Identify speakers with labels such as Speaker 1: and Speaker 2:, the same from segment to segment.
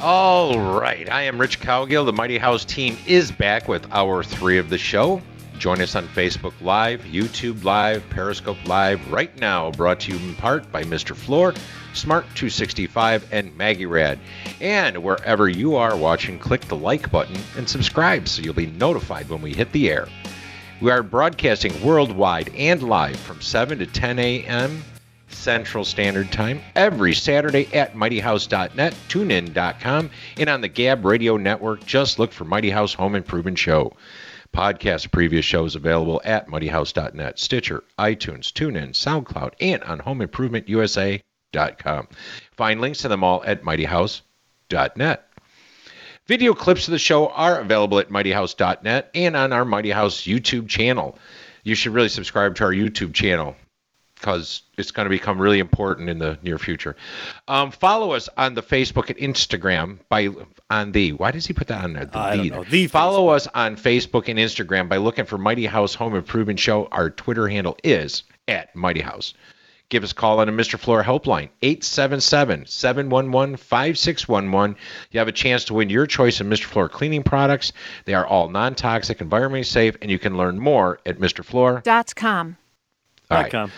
Speaker 1: All right. I am Rich Cowgill. The Mighty House team is back with hour three of the show. Join us on Facebook Live, YouTube Live, Periscope Live right now. Brought to you in part by Mr. Floor, Smart 265, and Maggie Rad. And wherever you are watching, click the like button and subscribe so you'll be notified when we hit the air. We are broadcasting worldwide and live from 7 to 10 a.m. Central Standard Time every Saturday at mightyhouse.net, tunein.com, and on the Gab Radio Network. Just look for Mighty House Home Improvement Show. Podcast of previous shows available at mightyhouse.net, Stitcher, iTunes, TuneIn, SoundCloud, and on homeimprovementusa.com. Find links to them all at mightyhouse.net. Video clips of the show are available at mightyhouse.net and on our Mighty House YouTube channel. You should really subscribe to our YouTube channel because it's going to become really important in the near future. Um, follow us on the Facebook and Instagram by on the why does he put that on there? The,
Speaker 2: I don't
Speaker 1: the.
Speaker 2: know. The
Speaker 1: follow us on Facebook and Instagram by looking for Mighty House Home Improvement Show. Our Twitter handle is at Mighty House. Give us a call on a Mr. Floor helpline, 877 711 5611. You have a chance to win your choice of Mr. Floor cleaning products. They are all non toxic, environmentally safe, and you can learn more at Mr. Floor.
Speaker 3: dot com.
Speaker 1: All right.
Speaker 2: .com.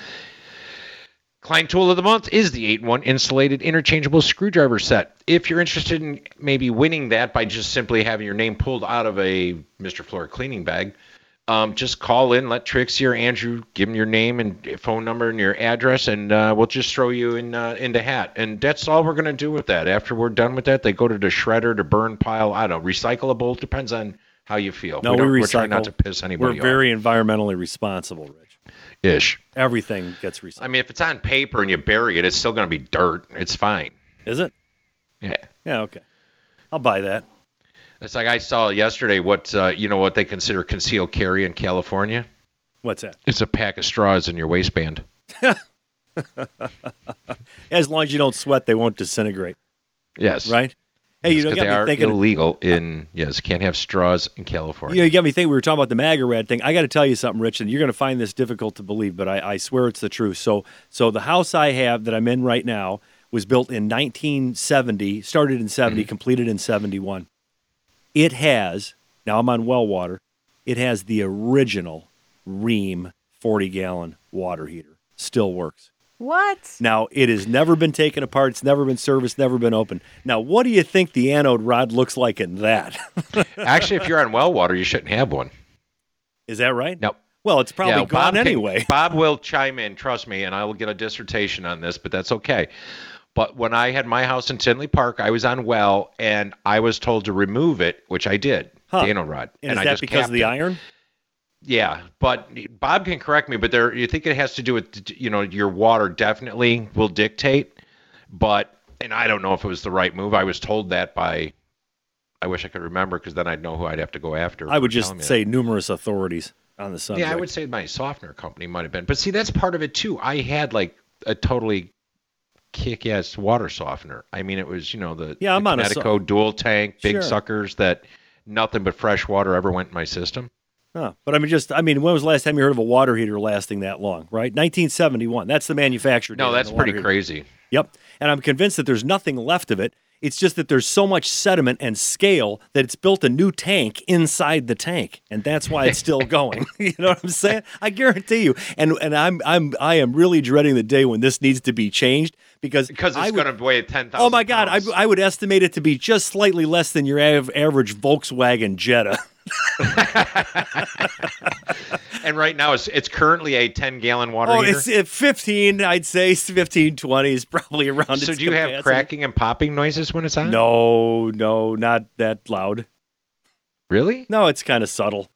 Speaker 1: Klein tool of the month is the 8 in 1 insulated interchangeable screwdriver set. If you're interested in maybe winning that by just simply having your name pulled out of a Mr. Floor cleaning bag, um, just call in, let Trixie or Andrew give them your name and phone number and your address, and uh, we'll just throw you in uh, into hat. And that's all we're going to do with that. After we're done with that, they go to the shredder, to burn pile, I don't know, recyclable, depends on how you feel.
Speaker 2: No, we,
Speaker 1: don't-
Speaker 2: recycle.
Speaker 1: We're trying not to piss anybody
Speaker 2: We're very environmentally responsible, Rich.
Speaker 1: off. Ish.
Speaker 2: Everything gets recycled.
Speaker 1: I mean, if it's on paper and you bury it, it's still going to be dirt. It's fine.
Speaker 2: Is it?
Speaker 1: Yeah.
Speaker 2: Yeah. Okay. I'll buy that.
Speaker 1: It's like I saw yesterday what uh, you know what they consider concealed carry in California.
Speaker 2: What's that?
Speaker 1: It's a pack of straws in your waistband.
Speaker 2: As long as you don't sweat, they won't disintegrate,
Speaker 1: Yes.
Speaker 2: right? Hey, you
Speaker 1: Yes,
Speaker 2: know,
Speaker 1: 'cause
Speaker 2: got
Speaker 1: they
Speaker 2: me
Speaker 1: are
Speaker 2: thinking.
Speaker 1: illegal in yes, can't have straws in
Speaker 2: You, know,
Speaker 1: California.
Speaker 2: you got me thinking. We were talking about the MAGA red thing. I got to tell you something, Rich, and you're going to find this difficult to believe, but I, I swear it's the truth. So, so the house I have that I'm in right now was built in 1970, started in 70, completed in 71. It has now I'm on well water. It has the original Ream 40 gallon water heater. Still works.
Speaker 3: What?
Speaker 2: Now it has never been taken apart. It's never been serviced. Never been opened. Now, what do you think the anode rod looks like in that?
Speaker 1: Actually, if you're on well water, you shouldn't have one.
Speaker 2: Is that right?
Speaker 1: No.
Speaker 2: Well, it's probably
Speaker 1: Yeah,
Speaker 2: gone
Speaker 1: can-
Speaker 2: anyway.
Speaker 1: Bob will chime in, trust me, and I will get a dissertation on this, but that's okay. But when I had my house in Tinley Park, I was on well, and I was told to remove it, which I did.
Speaker 2: Huh.
Speaker 1: The anode rod,
Speaker 2: And, is
Speaker 1: I
Speaker 2: that
Speaker 1: just
Speaker 2: because
Speaker 1: capped
Speaker 2: of the
Speaker 1: it.
Speaker 2: iron?
Speaker 1: Yeah, but Bob can correct me, but there you think it has to do with you know your water definitely will dictate, but and I don't know if it was the right move. I was told that by I wish I could remember because then I'd know who I'd have to go after.
Speaker 2: I
Speaker 1: for
Speaker 2: would just
Speaker 1: telling me
Speaker 2: say numerous authorities on the
Speaker 1: that.
Speaker 2: subject.
Speaker 1: Yeah, I would say my softener company might have been. But see, that's part of it too. I had like a totally kick-ass water softener. I mean, it was, you know, the
Speaker 2: Yeah, I'm
Speaker 1: the
Speaker 2: on a so-
Speaker 1: Kinetico dual tank, big
Speaker 2: Sure.
Speaker 1: suckers that nothing but fresh water ever went in my system.
Speaker 2: Huh. But I mean, just I mean, when was the last time you heard of a water heater lasting that long? Right, 1971. That's the manufacturer. date
Speaker 1: No,
Speaker 2: on
Speaker 1: that's
Speaker 2: the water
Speaker 1: pretty
Speaker 2: heater.
Speaker 1: crazy.
Speaker 2: Yep. And I'm convinced that there's nothing left of it. It's just that there's so much sediment and scale that it's built a new tank inside the tank, and that's why it's still going. you know what I'm saying? I guarantee you. And and I'm I'm I am really dreading the day when this needs to be changed because
Speaker 1: Because
Speaker 2: I
Speaker 1: it's
Speaker 2: would-
Speaker 1: going to weigh 10,000
Speaker 2: Oh my God! I,
Speaker 1: pounds.
Speaker 2: I would estimate it to be just slightly less than your av- average Volkswagen Jetta.
Speaker 1: and right now, it's, it's currently a 10 gallon water
Speaker 2: Oh,
Speaker 1: heater.
Speaker 2: it's at 15, I'd say 15, 20 is probably around.
Speaker 1: so
Speaker 2: its
Speaker 1: do you have
Speaker 2: capacity.
Speaker 1: cracking and popping noises when it's on?
Speaker 2: No, no, not that loud.
Speaker 1: Really?
Speaker 2: No, it's kind of subtle.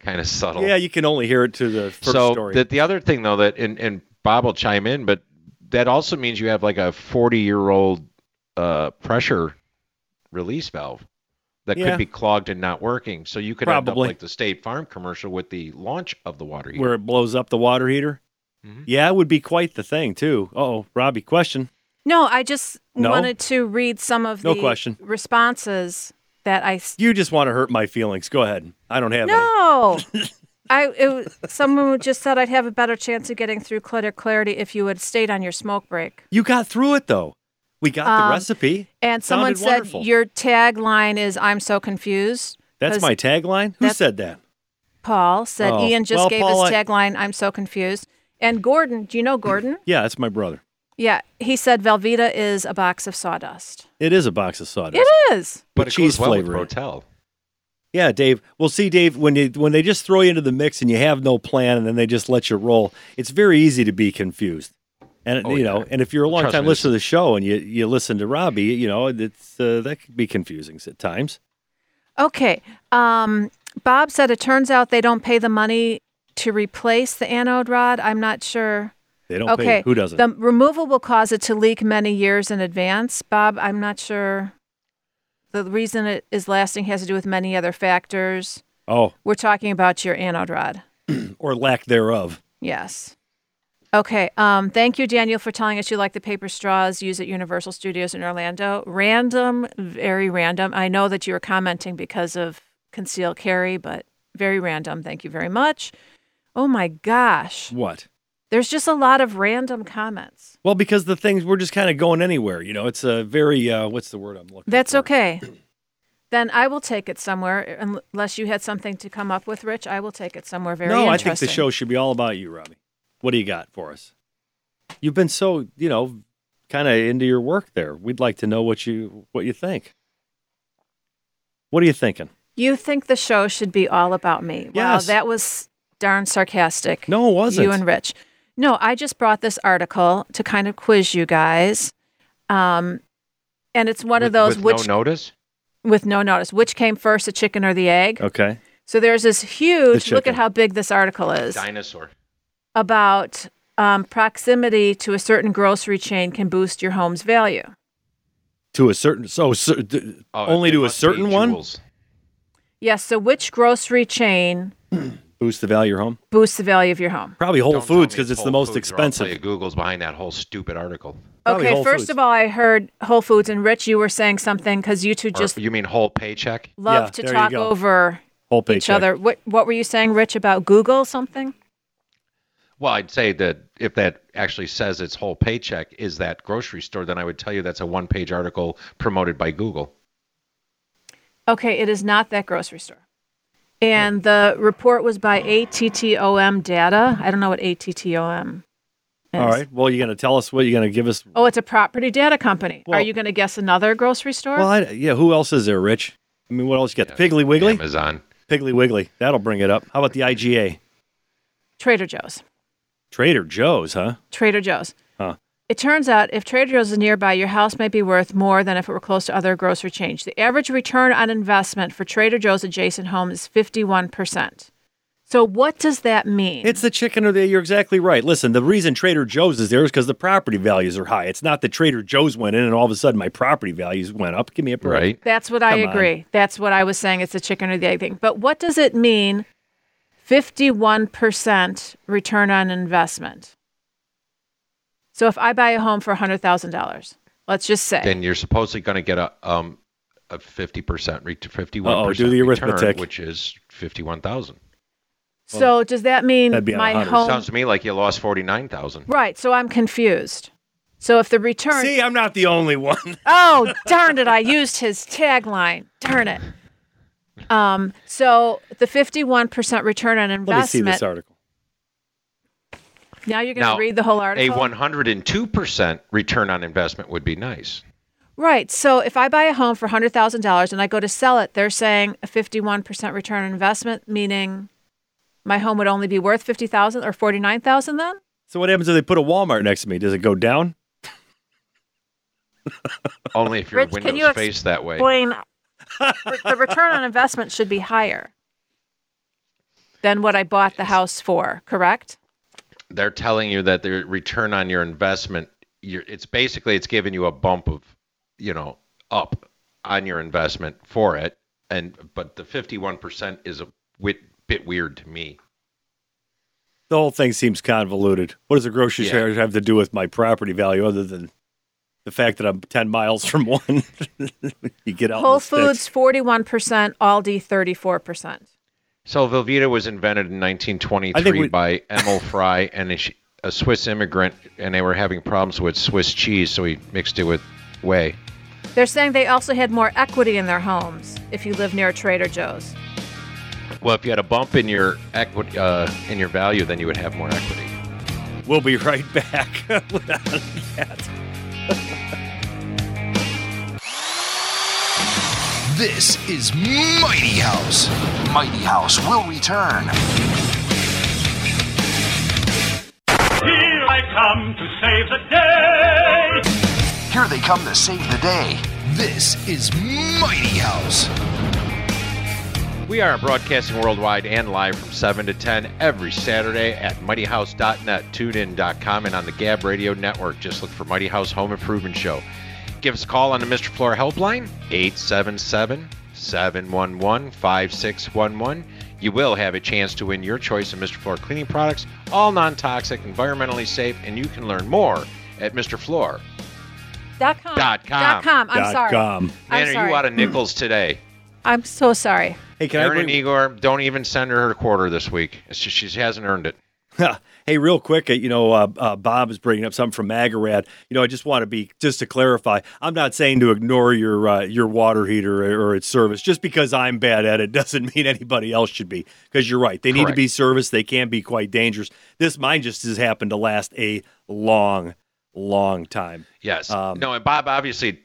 Speaker 1: Kind of subtle.
Speaker 2: Yeah, you can only hear it to the first
Speaker 1: so
Speaker 2: story.
Speaker 1: The, the other thing, though, that, and, and Bob will chime in, but that also means you have like a 40 year old uh, pressure release valve that
Speaker 2: Yeah.
Speaker 1: could be clogged and not working. So you could end up
Speaker 2: Probably.
Speaker 1: like the State Farm commercial with the launch of the water heater.
Speaker 2: where it blows up the water heater.
Speaker 1: Mhm.
Speaker 2: Yeah, it would be quite the thing too. Oh, Robbie, question.
Speaker 4: No, I just
Speaker 2: No?
Speaker 4: wanted to read some of
Speaker 2: No
Speaker 4: the
Speaker 2: question.
Speaker 4: responses that I s-
Speaker 2: You just want to hurt my feelings. Go ahead. I don't have any.
Speaker 4: No. I it, was- someone just said I'd have a better chance of getting through clutter clarity if you had stayed on your smoke break.
Speaker 2: You got through it though. We got the
Speaker 4: Um,
Speaker 2: recipe.
Speaker 4: And
Speaker 2: It
Speaker 4: someone
Speaker 2: sounded
Speaker 4: said
Speaker 2: wonderful.
Speaker 4: your tagline is "I'm so confused."
Speaker 2: That's
Speaker 4: 'cause
Speaker 2: my tagline. Who
Speaker 4: that's-
Speaker 2: said that?
Speaker 4: Paul said
Speaker 2: Oh,
Speaker 4: Ian just
Speaker 2: well,
Speaker 4: gave
Speaker 2: Paul, I-
Speaker 4: his tagline, "I'm so confused." And Gordon, do you know Gordon?
Speaker 2: Yeah, that's my brother.
Speaker 4: yeah, he said Velveeta is a box of sawdust.
Speaker 2: It is a box of sawdust.
Speaker 4: It is.
Speaker 2: But
Speaker 1: but it
Speaker 2: cheese
Speaker 1: goes well with
Speaker 2: flavoring.
Speaker 1: Rotel.
Speaker 2: Yeah, Dave. Well, see, Dave, when they, when they just throw you into the mix and you have no plan, and then they just let you roll, it's very easy to be confused. And
Speaker 1: Oh,
Speaker 2: you
Speaker 1: yeah.
Speaker 2: know, and if you're a long
Speaker 1: Trust
Speaker 2: time
Speaker 1: me, this
Speaker 2: listener to the show and you you listen to Robbie, you know, it's uh, that could be confusing at times.
Speaker 4: Okay. Um, Bob said it turns out they don't pay the money to replace the anode rod. I'm not sure.
Speaker 2: They don't
Speaker 4: okay.
Speaker 2: pay. Who doesn't?
Speaker 4: The removal will cause it to leak many years in advance. Bob, I'm not sure. The reason it is lasting has to do with many other factors.
Speaker 2: oh,
Speaker 4: We're talking about your anode rod.
Speaker 2: or lack thereof.
Speaker 4: Yes. Okay. Um, thank you, Daniel, for telling us you like the paper straws used at Universal Studios in Orlando. Random, very random. I know that you were commenting because of concealed carry, but very random. Thank you very much. Oh my gosh.
Speaker 2: What?
Speaker 4: There's just a lot of random comments.
Speaker 2: Well, because the things we're just kind of going anywhere. You know, it's a very uh, what's the word I'm looking.
Speaker 4: That's
Speaker 2: for?
Speaker 4: okay. Then I will take it somewhere. Un- Unless you had something to come up with, Rich, I will take it somewhere very
Speaker 2: no, I
Speaker 4: interesting.
Speaker 2: think the show should be all about you, Robbie. What do you got for us? You've been so, you know, kind of into your work there. We'd like to know what you what you think. What are you thinking?
Speaker 4: You think the show should be all about me? Wow,
Speaker 2: Yes.
Speaker 4: that was darn sarcastic.
Speaker 2: No, it wasn't.
Speaker 4: You and Rich. No, I just brought this article to kind of quiz you guys. Um, and it's one of
Speaker 1: With-
Speaker 4: those
Speaker 1: with
Speaker 4: which
Speaker 1: no notice.
Speaker 4: with no notice. Which came first, the chicken or the egg?
Speaker 2: Okay.
Speaker 4: So there's this huge look
Speaker 2: Oh. chicken.
Speaker 4: at how big this article is
Speaker 1: Dinosaur.
Speaker 4: about um, proximity to a certain grocery chain can boost your home's value.
Speaker 2: To a certain so, cer- d-
Speaker 1: Oh,
Speaker 2: only
Speaker 1: it
Speaker 2: to a
Speaker 1: must be
Speaker 2: certain one
Speaker 1: Jewels.
Speaker 4: Yes. So which grocery chain
Speaker 2: boost the value of your home.
Speaker 4: boosts the value of your home?
Speaker 2: Probably Whole
Speaker 1: Don't tell
Speaker 2: Foods
Speaker 1: me
Speaker 2: because it's
Speaker 1: Whole
Speaker 2: the most
Speaker 1: Foods or I'll tell you
Speaker 2: expensive.
Speaker 1: Google's behind that whole stupid article.
Speaker 2: Probably
Speaker 4: okay.
Speaker 2: Whole
Speaker 4: First
Speaker 2: Foods.
Speaker 4: of all, I heard Whole Foods and Rich. You were saying something because you two
Speaker 1: Or
Speaker 4: just
Speaker 1: you mean whole paycheck?
Speaker 4: love
Speaker 2: Yeah,
Speaker 4: to
Speaker 2: there you
Speaker 4: talk
Speaker 2: go.
Speaker 4: over
Speaker 2: Whole paycheck.
Speaker 4: each other. What What were you saying, Rich, about Google something?
Speaker 1: Well, I'd say that if that actually says it's whole paycheck is that grocery store, then I would tell you that's a one-page article promoted by Google.
Speaker 4: Okay, it is not that grocery store.
Speaker 2: Hmm.
Speaker 4: And the report was by ATTOM Data. I don't know what ATTOM is.
Speaker 2: All right. Well, you're gonna tell us what you're gonna give us.
Speaker 4: Oh, it's a property data company.
Speaker 2: Well-
Speaker 4: Are you going to guess another grocery store?
Speaker 2: Well, I, yeah. Who else is there, Rich? I mean, what else you got? Piggly Wiggly.
Speaker 1: Amazon.
Speaker 2: Piggly Wiggly. That'll bring it up. How about the IGA?
Speaker 4: Trader Joe's.
Speaker 2: Trader Joe's, huh?
Speaker 4: Trader Joe's.
Speaker 2: Huh.
Speaker 4: It turns out if Trader Joe's is nearby, your house may be worth more than if it were close to other grocery chains. The average return on investment for Trader Joe's adjacent home is 51%. So what does that mean?
Speaker 2: It's the chicken or the You're exactly right. Listen, the reason Trader Joe's is there is because the property values are high. It's not that Trader Joe's went in and all of a sudden my property values went up. Give me a break.
Speaker 1: Right.
Speaker 4: That's what I
Speaker 2: Come on.
Speaker 4: agree. That's what I was saying. It's the chicken or the egg thing. But what does it mean? 51% return on investment. So if I buy a home for $100,000, let's just say.
Speaker 1: Then you're supposedly going to get a um a 50% re- to 51%
Speaker 2: Uh-oh, do the
Speaker 1: return,
Speaker 2: arithmetic.
Speaker 1: which is 51,000.
Speaker 4: so does that mean
Speaker 2: that'd be on
Speaker 4: my
Speaker 2: 100.
Speaker 4: home?
Speaker 1: Sounds to me like you lost 49,000.
Speaker 4: right. So I'm confused. So if the return.
Speaker 2: See, I'm not the only one.
Speaker 4: Oh, darn it. I used his tagline. Darn it. Um, so the 51% return on investment.
Speaker 2: Let me see this article.
Speaker 4: Now you're going
Speaker 1: Now,
Speaker 4: to read the whole
Speaker 1: A
Speaker 4: article.
Speaker 1: 102% return on investment would be nice.
Speaker 4: Right. So if I buy a home for $100,000 and I go to sell it, they're saying a 51% return on investment, meaning my home would only be worth 50000 or 49000 then?
Speaker 2: So what happens if they put a Walmart next to me? Does it go down?
Speaker 1: Only if your
Speaker 4: Rich, can
Speaker 1: windows
Speaker 4: you ex-
Speaker 1: face that way.
Speaker 4: Blaine, the return on investment should be higher than what I bought the house for, correct?
Speaker 1: They're telling you that the return on your investment, you're, it's basically it's giving you a bump of, you know, up on your investment for it. and but the 51% is a wit, bit weird to me.
Speaker 2: The whole thing seems convoluted. What does a grocery
Speaker 1: Yeah.
Speaker 2: store have to do with my property value other than the fact that I'm 10 miles from one? you get out in
Speaker 4: Whole
Speaker 2: the sticks.
Speaker 4: Foods 41%, Aldi 34%.
Speaker 1: So Velveeta was invented in 1923
Speaker 2: I think we-
Speaker 1: by Emil Fry and a, sh- a Swiss immigrant, and they were having problems with Swiss cheese, so he mixed it with whey.
Speaker 4: They're saying they also had more equity in their homes if you live near a Trader Joe's.
Speaker 1: Well, if you had a bump in your equity uh, in your value, then you would have more equity.
Speaker 2: We'll be right back. Without a cat.
Speaker 3: This is Mighty House. Mighty House will return.
Speaker 5: Here I come to save the day.
Speaker 3: Here they come to save the day. This is Mighty House.
Speaker 1: We are broadcasting worldwide and live from 7 to 10 every Saturday at mightyhouse.net, tunein.com, and on the Gab Radio Network. Just look for Mighty House Home Improvement Show. Give us a call on the Mr. Floor Helpline, 877 711 5611. You will have a chance to win your choice of Mr. Floor cleaning products, all non toxic, environmentally safe, and you can learn more at Mr. Floor.
Speaker 4: Dot com.
Speaker 1: Dot com.
Speaker 4: Dot com. I'm
Speaker 2: Dot
Speaker 4: sorry.
Speaker 2: com.
Speaker 4: I'm
Speaker 1: Man, are
Speaker 4: sorry.
Speaker 1: you out of nickels today?
Speaker 4: I'm so sorry.
Speaker 2: Hey, can
Speaker 1: Aaron
Speaker 2: I
Speaker 1: and
Speaker 2: bring,
Speaker 1: Igor, don't even send her her quarter this week. It's just, she hasn't earned it.
Speaker 2: Hey, real quick, uh, you know, uh, uh, Bob is bringing up something from Magarad. You know, I just want to be just to clarify. I'm not saying to ignore your uh, your water heater or, or its service. Just because I'm bad at it doesn't mean anybody else should be. Because you're right, they need to
Speaker 1: Correct.
Speaker 2: be serviced. They can be quite dangerous. This mine just has happened to last a long, long time.
Speaker 1: Yes.
Speaker 2: Um,
Speaker 1: no, and Bob obviously,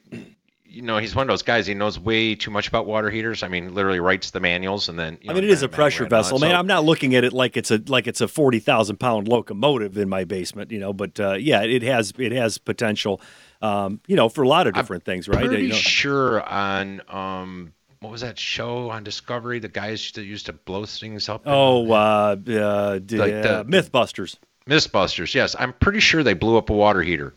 Speaker 1: you know, he's one of those guys. He knows way too much about water heaters. I mean, literally writes the manuals and then. You
Speaker 2: I
Speaker 1: know,
Speaker 2: mean, it is a
Speaker 1: manual
Speaker 2: pressure
Speaker 1: and all that.
Speaker 2: vessel, man.
Speaker 1: So-
Speaker 2: I'm not looking at it like it's a like it's a forty thousand pound locomotive in my basement, you know. But uh, yeah, it has it has potential, um, you know, for a lot of different things, right?
Speaker 1: pretty
Speaker 2: You know,
Speaker 1: sure on um, what was that show on Discovery? The guys that used to blow things up. in
Speaker 2: oh, uh, uh, d-
Speaker 1: Like the-
Speaker 2: uh, MythBusters.
Speaker 1: MythBusters. Yes, I'm pretty sure they blew up a water heater,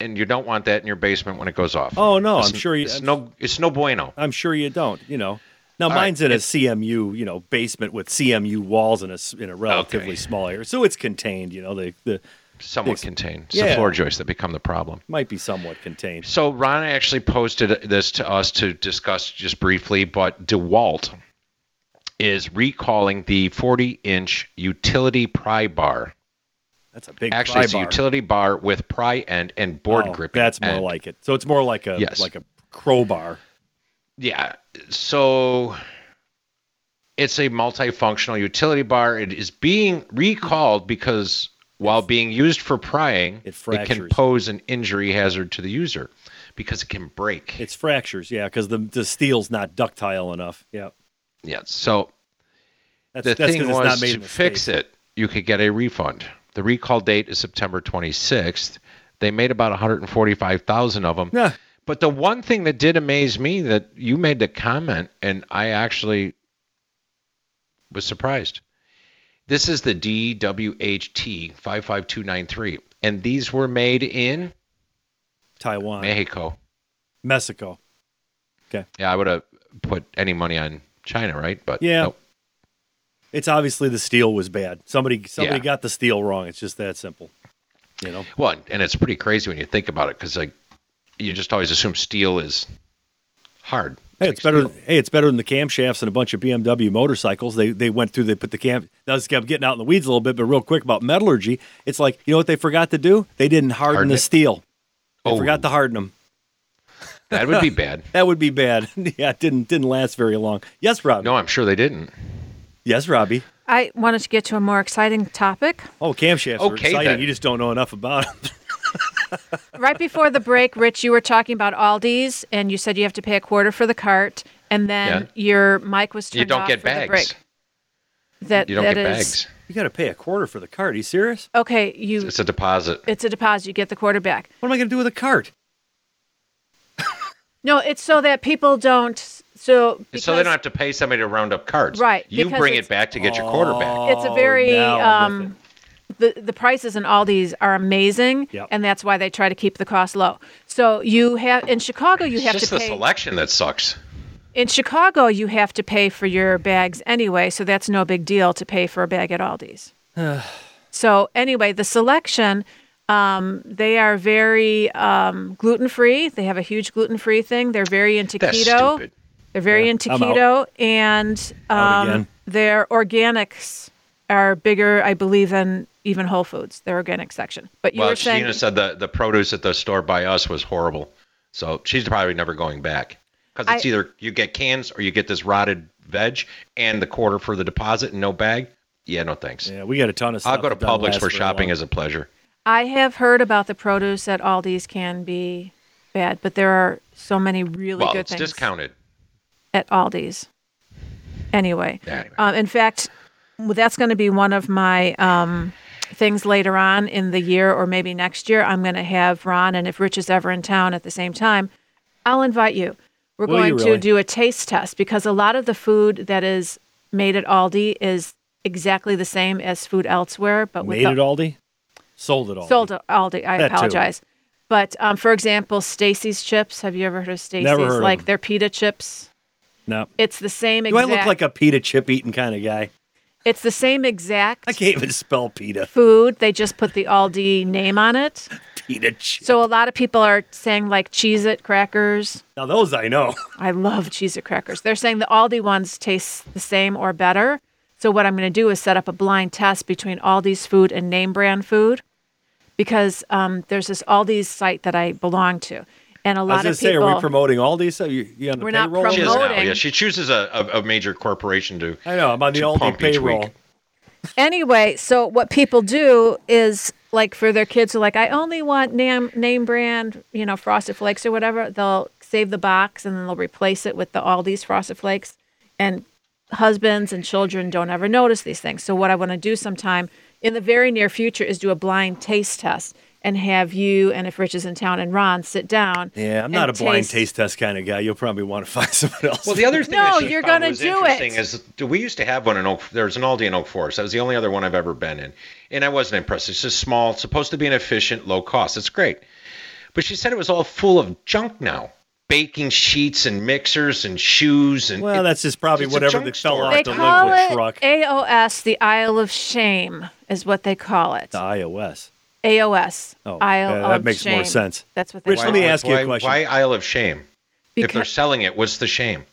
Speaker 1: and you don't want that in your basement when it goes off.
Speaker 2: Oh no,
Speaker 1: It's-
Speaker 2: I'm sure you.
Speaker 1: It's no. It's no bueno.
Speaker 2: I'm sure you don't. You know. Now
Speaker 1: All right,
Speaker 2: mine's in a
Speaker 1: it's-
Speaker 2: CMU, you know, basement with CMU walls in a s- in a relatively
Speaker 1: Okay.
Speaker 2: small area, so it's contained. You know, they the
Speaker 1: Somewhat
Speaker 2: It's-
Speaker 1: contained. It's
Speaker 2: yeah.
Speaker 1: the floor joists that become the problem.
Speaker 2: might be somewhat contained.
Speaker 1: So Ron actually posted this to us to discuss just briefly, but DeWalt is recalling the 40-inch utility pry bar.
Speaker 2: That's a big
Speaker 1: Actually,
Speaker 2: pry
Speaker 1: it's a
Speaker 2: bar.
Speaker 1: utility bar with pry end and board
Speaker 2: Oh,
Speaker 1: grip.
Speaker 2: That's more
Speaker 1: end.
Speaker 2: like it. So it's more like a
Speaker 1: Yes.
Speaker 2: like a crowbar.
Speaker 1: yeah. So it's a multifunctional utility bar. It is being recalled because while being used for prying, can
Speaker 2: It fractures.
Speaker 1: pose an injury hazard to the user because it can break.
Speaker 2: It's fractures, yeah, because the the steel's not ductile enough. Yeah,
Speaker 1: yeah. So
Speaker 2: that's
Speaker 1: the
Speaker 2: that's 'cause
Speaker 1: thing
Speaker 2: it's
Speaker 1: was
Speaker 2: not made
Speaker 1: to
Speaker 2: in the
Speaker 1: fix
Speaker 2: States.
Speaker 1: it, you could get a refund. The recall date is September 26th. They made about 145,000 of them.
Speaker 2: Yeah.
Speaker 1: But the one thing that did amaze me that you made the comment, and I actually was surprised. This is the DWHT 55293, and these were made in
Speaker 2: Taiwan,
Speaker 1: Mexico.
Speaker 2: Mexico.
Speaker 1: Yeah, I would have put any money on China, right? But
Speaker 2: Yeah.
Speaker 1: nope.
Speaker 2: It's obviously the steel was bad. Somebody somebody
Speaker 1: Yeah.
Speaker 2: got the steel wrong. It's just that simple. You know,
Speaker 1: Well, and- and it's pretty crazy when you think about it, because like you just always assume steel is hard.
Speaker 2: hey, it's better. Hey, it's better than the camshafts and a bunch of BMW motorcycles. They they went through. They put the cam. Now this I'm getting out in the weeds a little bit, but real quick about metallurgy. It's like you know what they forgot to do? They didn't harden,
Speaker 1: Harden
Speaker 2: the
Speaker 1: it?
Speaker 2: steel. They
Speaker 1: Oh.
Speaker 2: forgot to harden them.
Speaker 1: That would be bad.
Speaker 2: That would be bad. yeah, it didn't didn't last very long. Yes, Rob.
Speaker 1: No, I'm sure they didn't.
Speaker 2: Yes, Robbie.
Speaker 4: I wanted to get to a more exciting topic.
Speaker 2: Oh, camshafts are
Speaker 1: Okay,
Speaker 2: exciting.
Speaker 1: then.
Speaker 2: You just don't know enough about them.
Speaker 4: Right before the break, Rich, you were talking about Aldi's, and you said you have to pay a quarter for the cart, and then your mic was turned
Speaker 1: You don't
Speaker 4: off
Speaker 1: get
Speaker 4: for the break.
Speaker 1: bags.
Speaker 4: That
Speaker 1: You don't
Speaker 4: that is-
Speaker 1: get bags.
Speaker 2: You got to pay a quarter for the cart. Are you serious?
Speaker 4: Okay, you.
Speaker 1: It's a deposit.
Speaker 4: it's a deposit. You get the quarter back.
Speaker 2: What am I going to do with a cart?
Speaker 4: No, it's so that people don't. So because
Speaker 1: so they don't have to pay somebody to round up cards.
Speaker 4: Right,
Speaker 1: You
Speaker 4: because
Speaker 1: bring
Speaker 4: it's-
Speaker 1: it back to get your quarter back.
Speaker 4: it's a
Speaker 2: Oh,
Speaker 4: very
Speaker 2: now I'm with
Speaker 4: um, the the prices in Aldi's are amazing,
Speaker 2: Yep.
Speaker 4: and that's why they try to keep the cost low. So you have in Chicago, you
Speaker 1: It's
Speaker 4: have
Speaker 1: just
Speaker 4: to
Speaker 1: the
Speaker 4: pay.
Speaker 1: selection that sucks.
Speaker 4: In Chicago, you have to pay for your bags anyway, so that's no big deal to pay for a bag at Aldi's. so anyway, the selection, um, they are very um, gluten free. They have a huge gluten free thing. They're very into
Speaker 1: That's
Speaker 4: keto.
Speaker 1: stupid.
Speaker 4: They're very into
Speaker 2: I'm out.
Speaker 4: keto, and
Speaker 2: Out
Speaker 4: um,
Speaker 2: again.
Speaker 4: their organics are bigger, I believe, than even Whole Foods. Their organic section. But you
Speaker 1: well,
Speaker 4: were saying
Speaker 1: Gina said the, the produce at the store by us was horrible. So she's probably never going back. Because it's
Speaker 4: I-
Speaker 1: either you get cans or you get this rotted veg and the quarter for the deposit and no bag. Yeah, no thanks.
Speaker 2: Yeah, we got a ton of stuff.
Speaker 1: I'll go to
Speaker 2: that doesn't
Speaker 1: Publix
Speaker 2: last
Speaker 1: where
Speaker 2: very
Speaker 1: shopping
Speaker 2: long.
Speaker 1: is a pleasure.
Speaker 4: I have heard about the produce at Aldi's can be bad, but there are so many really
Speaker 1: well,
Speaker 4: good
Speaker 1: it's
Speaker 4: things
Speaker 1: discounted.
Speaker 4: at Aldi's. Anyway,
Speaker 1: Yeah, anyway.
Speaker 4: Um, in fact, well, that's going to be one of my um, things later on in the year, or maybe next year. I'm going to have Ron, and if Rich is ever in town at the same time, I'll invite you. We're
Speaker 2: Will you
Speaker 4: going
Speaker 2: really?
Speaker 4: to do a taste test because a lot of the food that is made at Aldi is exactly the same as food elsewhere, but with
Speaker 2: Made
Speaker 4: the
Speaker 2: at Aldi, sold at Aldi.
Speaker 4: Sold at Aldi. I
Speaker 2: That too.
Speaker 4: apologize. But um, for example, Stacy's chips. Have you ever heard of Stacy's?
Speaker 2: heard of
Speaker 4: like
Speaker 2: them.
Speaker 4: their pita chips.
Speaker 2: No,
Speaker 4: It's the same
Speaker 2: do I
Speaker 4: exact.
Speaker 2: look like a pita chip eating kind of guy?
Speaker 4: It's the same exact
Speaker 2: I can't even spell pita.
Speaker 4: food. They just put the Aldi name on it.
Speaker 2: Pita chip.
Speaker 4: So a lot of people are saying like Cheez It crackers.
Speaker 2: now those I know.
Speaker 4: I love Cheez It crackers. They're saying the Aldi ones taste the same or better. So what I'm going to do is set up a blind test between Aldi's food and name brand food, because um, there's this Aldi's site that I belong to, and a
Speaker 2: I was
Speaker 4: lot
Speaker 2: gonna
Speaker 4: of people.
Speaker 2: say, are we promoting Aldi? So you, you on the
Speaker 4: We're not
Speaker 2: payroll?
Speaker 1: She is
Speaker 4: promoting-
Speaker 1: now. Yeah, she chooses a, a, a major corporation to.
Speaker 2: I know. I'm on the
Speaker 1: to
Speaker 2: Aldi
Speaker 1: pump each
Speaker 2: payroll.
Speaker 1: week.
Speaker 4: anyway, so what people do is like for their kids who are like, I only want name name brand, you know, frosted flakes or whatever, they'll save the box and then they'll replace it with the Aldi's frosted flakes. And husbands and children don't ever notice these things. So what I want to do sometime in the very near future is do a blind taste test and have you and if Rich is in town and Ron sit down.
Speaker 2: Yeah, I'm
Speaker 4: and
Speaker 2: not a blind taste test kind of guy. You'll probably want to find someone else.
Speaker 1: Well, the other thing I
Speaker 4: No,
Speaker 1: should've
Speaker 4: you're
Speaker 1: found
Speaker 4: gonna
Speaker 1: was
Speaker 4: do
Speaker 1: interesting
Speaker 4: it.
Speaker 1: Is do we used to have one in Oak? There's an Aldi in Oak Forest. That was the only other one I've ever been in, and I wasn't impressed. It's just small, it's supposed to be an efficient, low cost. It's great, but she said it was all full of junk now: baking sheets and mixers and shoes and.
Speaker 2: Well,
Speaker 1: it-
Speaker 2: that's just probably
Speaker 1: It's a
Speaker 2: whatever
Speaker 1: junk
Speaker 2: that fell
Speaker 1: store.
Speaker 2: off
Speaker 4: They
Speaker 2: the
Speaker 4: call
Speaker 2: liquid
Speaker 4: it
Speaker 2: truck.
Speaker 4: AOS, the Isle of Shame, is what they call it.
Speaker 2: The iOS.
Speaker 4: AOS.
Speaker 2: Oh,
Speaker 4: Isle
Speaker 2: yeah, that
Speaker 4: of
Speaker 2: makes more
Speaker 4: Shame.
Speaker 2: sense.
Speaker 4: That's what they
Speaker 2: Rich,
Speaker 4: call
Speaker 2: let me
Speaker 4: it.
Speaker 2: ask you a
Speaker 1: why-
Speaker 2: question.
Speaker 1: Why Isle of Shame? if they're
Speaker 4: Because
Speaker 1: selling it, what's the shame?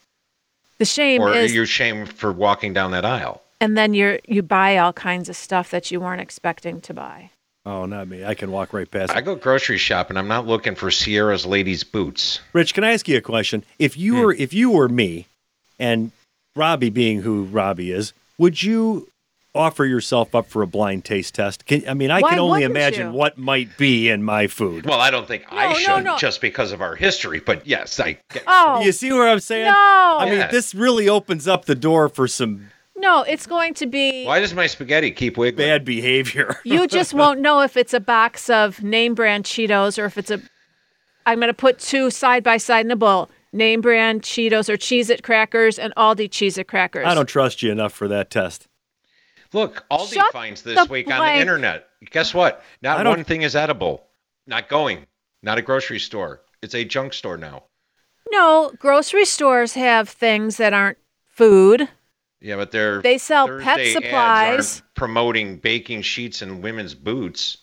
Speaker 4: the shame
Speaker 1: Or
Speaker 4: is,
Speaker 1: you're shamed for walking down that aisle?
Speaker 4: and then you are you buy all kinds of stuff that you weren't expecting to buy.
Speaker 2: Oh, not me. I can walk right past.
Speaker 1: I
Speaker 2: it.
Speaker 1: go grocery shopping. I'm not looking for Sierra's ladies' boots.
Speaker 2: Rich, can I ask you a question? If
Speaker 1: Hmm.
Speaker 2: you were if you were me, and Robbie being who Robbie is, would you offer yourself up for a blind taste test? Can, I mean, I
Speaker 4: Why
Speaker 2: can only
Speaker 4: wouldn't
Speaker 2: imagine
Speaker 4: you?
Speaker 2: what might be in my food.
Speaker 1: Well, I don't think
Speaker 4: No,
Speaker 1: I
Speaker 4: no,
Speaker 1: should
Speaker 4: no.
Speaker 1: just because of our history, but yes, I get
Speaker 4: Oh
Speaker 2: you see what I'm saying?
Speaker 4: no,
Speaker 2: I mean,
Speaker 1: Yeah.
Speaker 2: this really opens up the door for some
Speaker 4: no, it's going to be.
Speaker 1: Why does my spaghetti keep wiggling?
Speaker 2: bad behavior.
Speaker 4: You just won't know if it's a box of name brand Cheetos or if it's a. I'm going to put two side by side in a bowl: name brand Cheetos or Cheez-It crackers and Aldi Cheez-It crackers.
Speaker 2: I don't trust you enough for that test.
Speaker 1: Look, Aldi
Speaker 4: Shut
Speaker 1: finds
Speaker 4: the
Speaker 1: this week on
Speaker 4: blank.
Speaker 1: the internet. Guess what?
Speaker 2: I
Speaker 1: Not
Speaker 2: don't-
Speaker 1: one thing is edible. Not going. Not a grocery store. It's a junk store now.
Speaker 4: No, grocery stores have things that aren't food.
Speaker 1: Yeah, but they're
Speaker 4: They sell
Speaker 1: Thursday
Speaker 4: pet
Speaker 1: ads
Speaker 4: supplies.
Speaker 1: aren't promoting baking sheets and women's boots.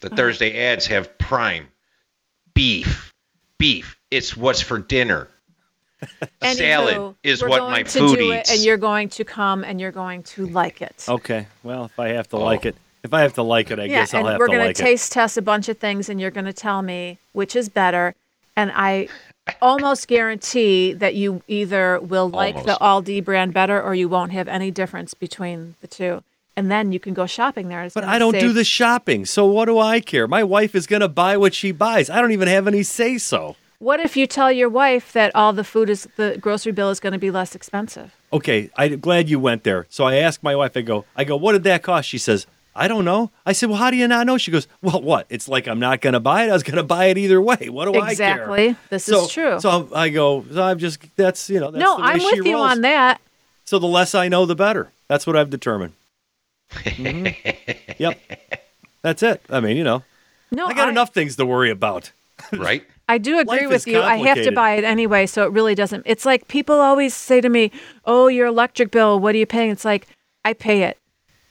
Speaker 1: The
Speaker 4: Uh-huh.
Speaker 1: Thursday ads have prime beef. Beef. It's what's for dinner. A salad
Speaker 4: Anywho,
Speaker 1: is
Speaker 4: we're
Speaker 1: what
Speaker 4: going
Speaker 1: my
Speaker 4: to
Speaker 1: food
Speaker 4: do
Speaker 1: eats.
Speaker 4: It, and you're going to come and you're going to like it.
Speaker 2: Okay. Well, if I have to
Speaker 1: Oh.
Speaker 2: like it, if I have to like it, I
Speaker 4: yeah,
Speaker 2: guess I'll
Speaker 4: and
Speaker 2: have
Speaker 4: we're
Speaker 2: to
Speaker 4: gonna
Speaker 2: like it.
Speaker 4: taste test a bunch of things, and you're going to tell me which is better. And I almost guarantee that you either will like the Aldi brand better, or you won't have any difference between the two. And then you can go shopping there. It's
Speaker 2: But
Speaker 4: gonna
Speaker 2: I don't do
Speaker 4: save-
Speaker 2: the shopping, so what do I care? My wife is going to buy what she buys. I don't even have any say so.
Speaker 4: What if you tell your wife that all the food is the grocery bill is going to be less expensive?
Speaker 2: Okay, I'm glad you went there. So I asked my wife, I go, I go, what did that cost? She says, I don't know. I said, well, how do you not know? She goes, well, what? It's like I'm not going to buy it. I was going to buy it either way. What do Oh, I care?
Speaker 4: Exactly. This is
Speaker 2: so,
Speaker 4: true.
Speaker 2: So I'm- I go, so I'm just, that's, you know, that's
Speaker 4: no,
Speaker 2: the way
Speaker 4: I'm
Speaker 2: she
Speaker 4: with you
Speaker 2: rolls.
Speaker 4: on that.
Speaker 2: So the less I know, the better. That's what I've determined.
Speaker 4: Mm-hmm.
Speaker 2: Mhm. yep. That's it. I mean, you know,
Speaker 4: No,
Speaker 2: I got enough things to worry about.
Speaker 1: right?
Speaker 4: I do agree
Speaker 2: Life
Speaker 4: with
Speaker 2: is
Speaker 4: you. I have to
Speaker 2: complicated.
Speaker 4: buy it anyway, so it really doesn't. It's like people always say to me, "Oh, your electric bill. What are you paying?" It's like I pay it.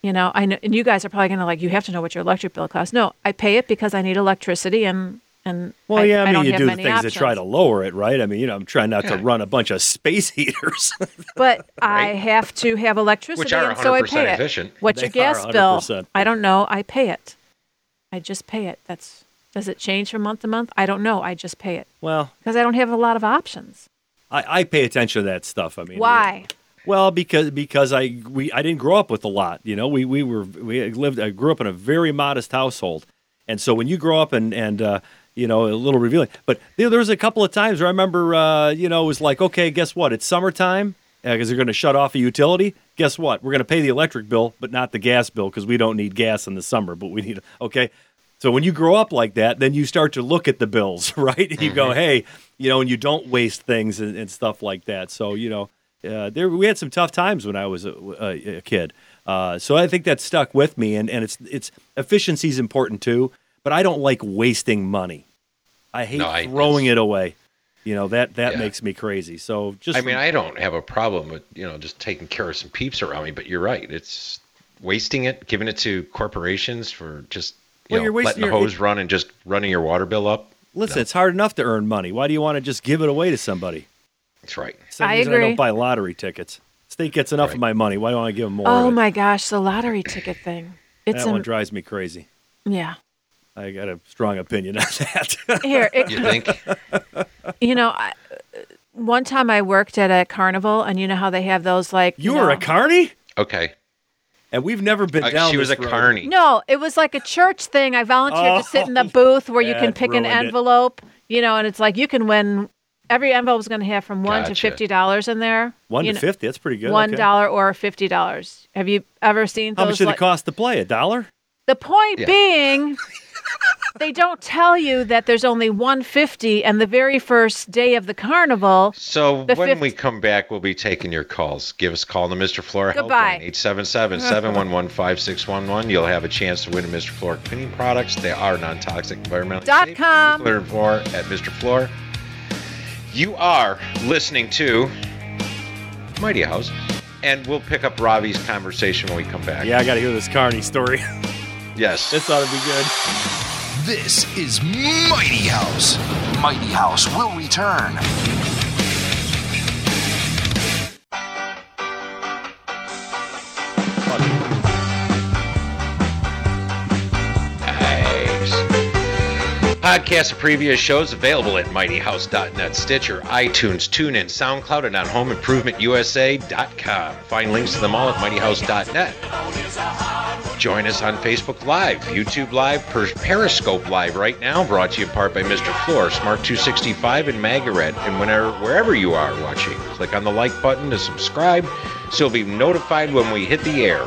Speaker 4: You know, I know, and you guys are probably gonna like. You have to know what your electric bill costs. No, I pay it because I need electricity and and.
Speaker 2: Well, yeah, I mean,
Speaker 4: don't
Speaker 2: you
Speaker 4: have
Speaker 2: do the
Speaker 4: many
Speaker 2: things that try to
Speaker 4: options.
Speaker 2: lower it, right? I mean, you know, I'm trying not to run a bunch of space heaters.
Speaker 4: But I have to have electricity,
Speaker 1: are
Speaker 4: and so I
Speaker 1: 100%
Speaker 4: pay
Speaker 1: efficient.
Speaker 4: it. What's
Speaker 2: They
Speaker 4: your gas
Speaker 2: are
Speaker 4: bill?
Speaker 2: 100%.
Speaker 4: I don't know. I pay it. I just pay it. That's does it change from month to month? I don't know. I just pay it
Speaker 2: well,
Speaker 4: because I don't have a lot of options.
Speaker 2: I, I pay attention to that stuff. I mean,
Speaker 4: Why?
Speaker 2: Well, because because I we I didn't grow up with a lot, you know. We we were we lived I grew up in a very modest household, and so when you grow up and and uh, you know a little revealing. But there, there was a couple of times where I remember uh, you know it was like okay, guess what? It's summertime because they're going to shut off a utility. Guess what? We're going to pay the electric bill, but not the gas bill because we don't need gas in the summer, but we need okay. So when you grow up like that, then you start to look at the bills, right? And you go,
Speaker 1: Mm-hmm.
Speaker 2: hey, you know, and you don't waste things and, and stuff like that. So you know, uh, there we had some tough times when I was a, a, a kid. Uh, so I think that stuck with me, and and it's it's efficiency is important too. But I don't like wasting money. I hate
Speaker 1: No, I-
Speaker 2: throwing it away. You know that that
Speaker 1: Yeah.
Speaker 2: makes me crazy. So just
Speaker 1: I mean, I don't have a problem with you know just taking care of some peeps around me, but you're right. It's wasting it, giving it to corporations for just you
Speaker 2: Well,
Speaker 1: know
Speaker 2: you're wasting
Speaker 1: letting the
Speaker 2: your-
Speaker 1: hose run and just running your water bill up.
Speaker 2: listen. It's hard enough to earn money. Why do you want to just give it away to somebody?
Speaker 1: That's right.
Speaker 2: It's the
Speaker 4: I
Speaker 2: reason I
Speaker 4: agree.
Speaker 2: don't buy lottery tickets. State gets enough
Speaker 1: Right.
Speaker 2: of my money. Why don't I give them more? of
Speaker 4: Oh
Speaker 2: it?
Speaker 4: my gosh, the lottery ticket thing. It's
Speaker 2: that
Speaker 4: a
Speaker 2: one drives me crazy.
Speaker 4: yeah.
Speaker 2: I got a strong opinion on that.
Speaker 4: Here, it,
Speaker 1: You think?
Speaker 4: you know, I, one time I worked at a carnival, and you know how they have those like
Speaker 2: you
Speaker 4: know-
Speaker 2: were a carney,
Speaker 1: Okay.
Speaker 2: and we've never been
Speaker 1: Uh,
Speaker 2: down.
Speaker 1: she was a
Speaker 2: this road.
Speaker 1: carny.
Speaker 4: No, it was like a church thing. I volunteered to sit in the
Speaker 2: Oh,
Speaker 4: booth where you can
Speaker 2: that
Speaker 4: pick an
Speaker 2: ruined it.
Speaker 4: envelope, you know, and it's like you can win. Every envelope is going to have from one to
Speaker 1: Gotcha.
Speaker 4: fifty dollars in there.
Speaker 2: One
Speaker 4: you
Speaker 2: to
Speaker 4: know,
Speaker 2: fifty. That's pretty good.
Speaker 4: One
Speaker 2: okay.
Speaker 4: dollar or fifty dollars. Have you ever seen those?
Speaker 2: How much did
Speaker 4: like-
Speaker 2: it cost to play? A dollar?
Speaker 4: The point
Speaker 1: Yeah.
Speaker 4: being, they don't tell you that there's only 150, and the very first day of the carnival,
Speaker 1: So
Speaker 4: The
Speaker 1: when
Speaker 4: fifth-
Speaker 1: we come back, we'll be taking your calls. Give us a call on the Mr. Flora
Speaker 4: Goodbye.
Speaker 1: Helpline, 877-711-5611. You'll have a chance to win a Mr. Flora cleaning products. They are non-toxic, environmentally
Speaker 4: Dot
Speaker 1: safe.
Speaker 4: com.
Speaker 1: Nuclear and Floor at Mr. Floor. You are listening to Mighty House, and we'll pick up Robbie's conversation when we come back.
Speaker 2: Yeah, I got to hear this carney story.
Speaker 1: Yes.
Speaker 2: this ought to be good.
Speaker 3: This is Mighty House. Mighty House will return.
Speaker 1: Nice. Podcasts of previous shows available at mightyhouse.net, Stitcher, iTunes, TuneIn, SoundCloud, and on homeimprovementusa.com. Find links to them all at mightyhouse.net. Join us on Facebook Live, YouTube Live, per- Periscope Live right now, brought to you in part by Mr. Floor, Smart 265, and Magaret. And whenever, wherever you are watching, click on the like button to subscribe so you'll be notified when we hit the air.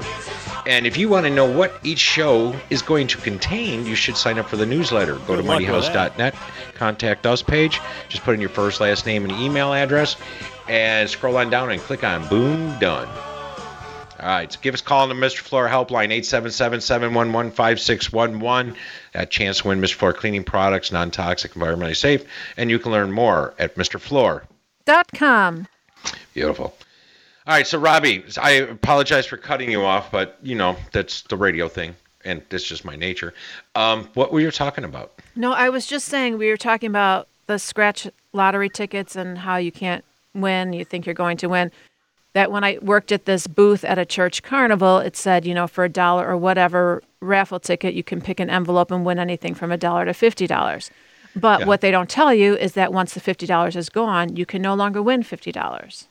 Speaker 1: And if you want to know what each show is going to contain, you should sign up for the newsletter. Go to
Speaker 2: Good luck with that.
Speaker 1: mightyhouse.net, contact us page. Just put in your first, last name, and email address, and scroll on down and click on Boom Done. All right, so give us a call on the Mr. Floor helpline, 877-711-5611. That chance to win Mr. Floor cleaning products, non-toxic, environmentally safe. And you can learn more at Mr. Floor.
Speaker 4: dot com.
Speaker 1: Beautiful. All right, so Robbie, I apologize for cutting you off, but, you know, that's the radio thing, and that's just my nature. Um, what were you talking about?
Speaker 4: No, I was just saying we were talking about the scratch lottery tickets and how you can't win, you think you're going to win. That when I worked at this booth at a church carnival, it said, you know, for a dollar or whatever raffle ticket, you can pick an envelope and win anything from a dollar to $50. But what they don't tell you is that once the $50 is gone, you can no longer win $50.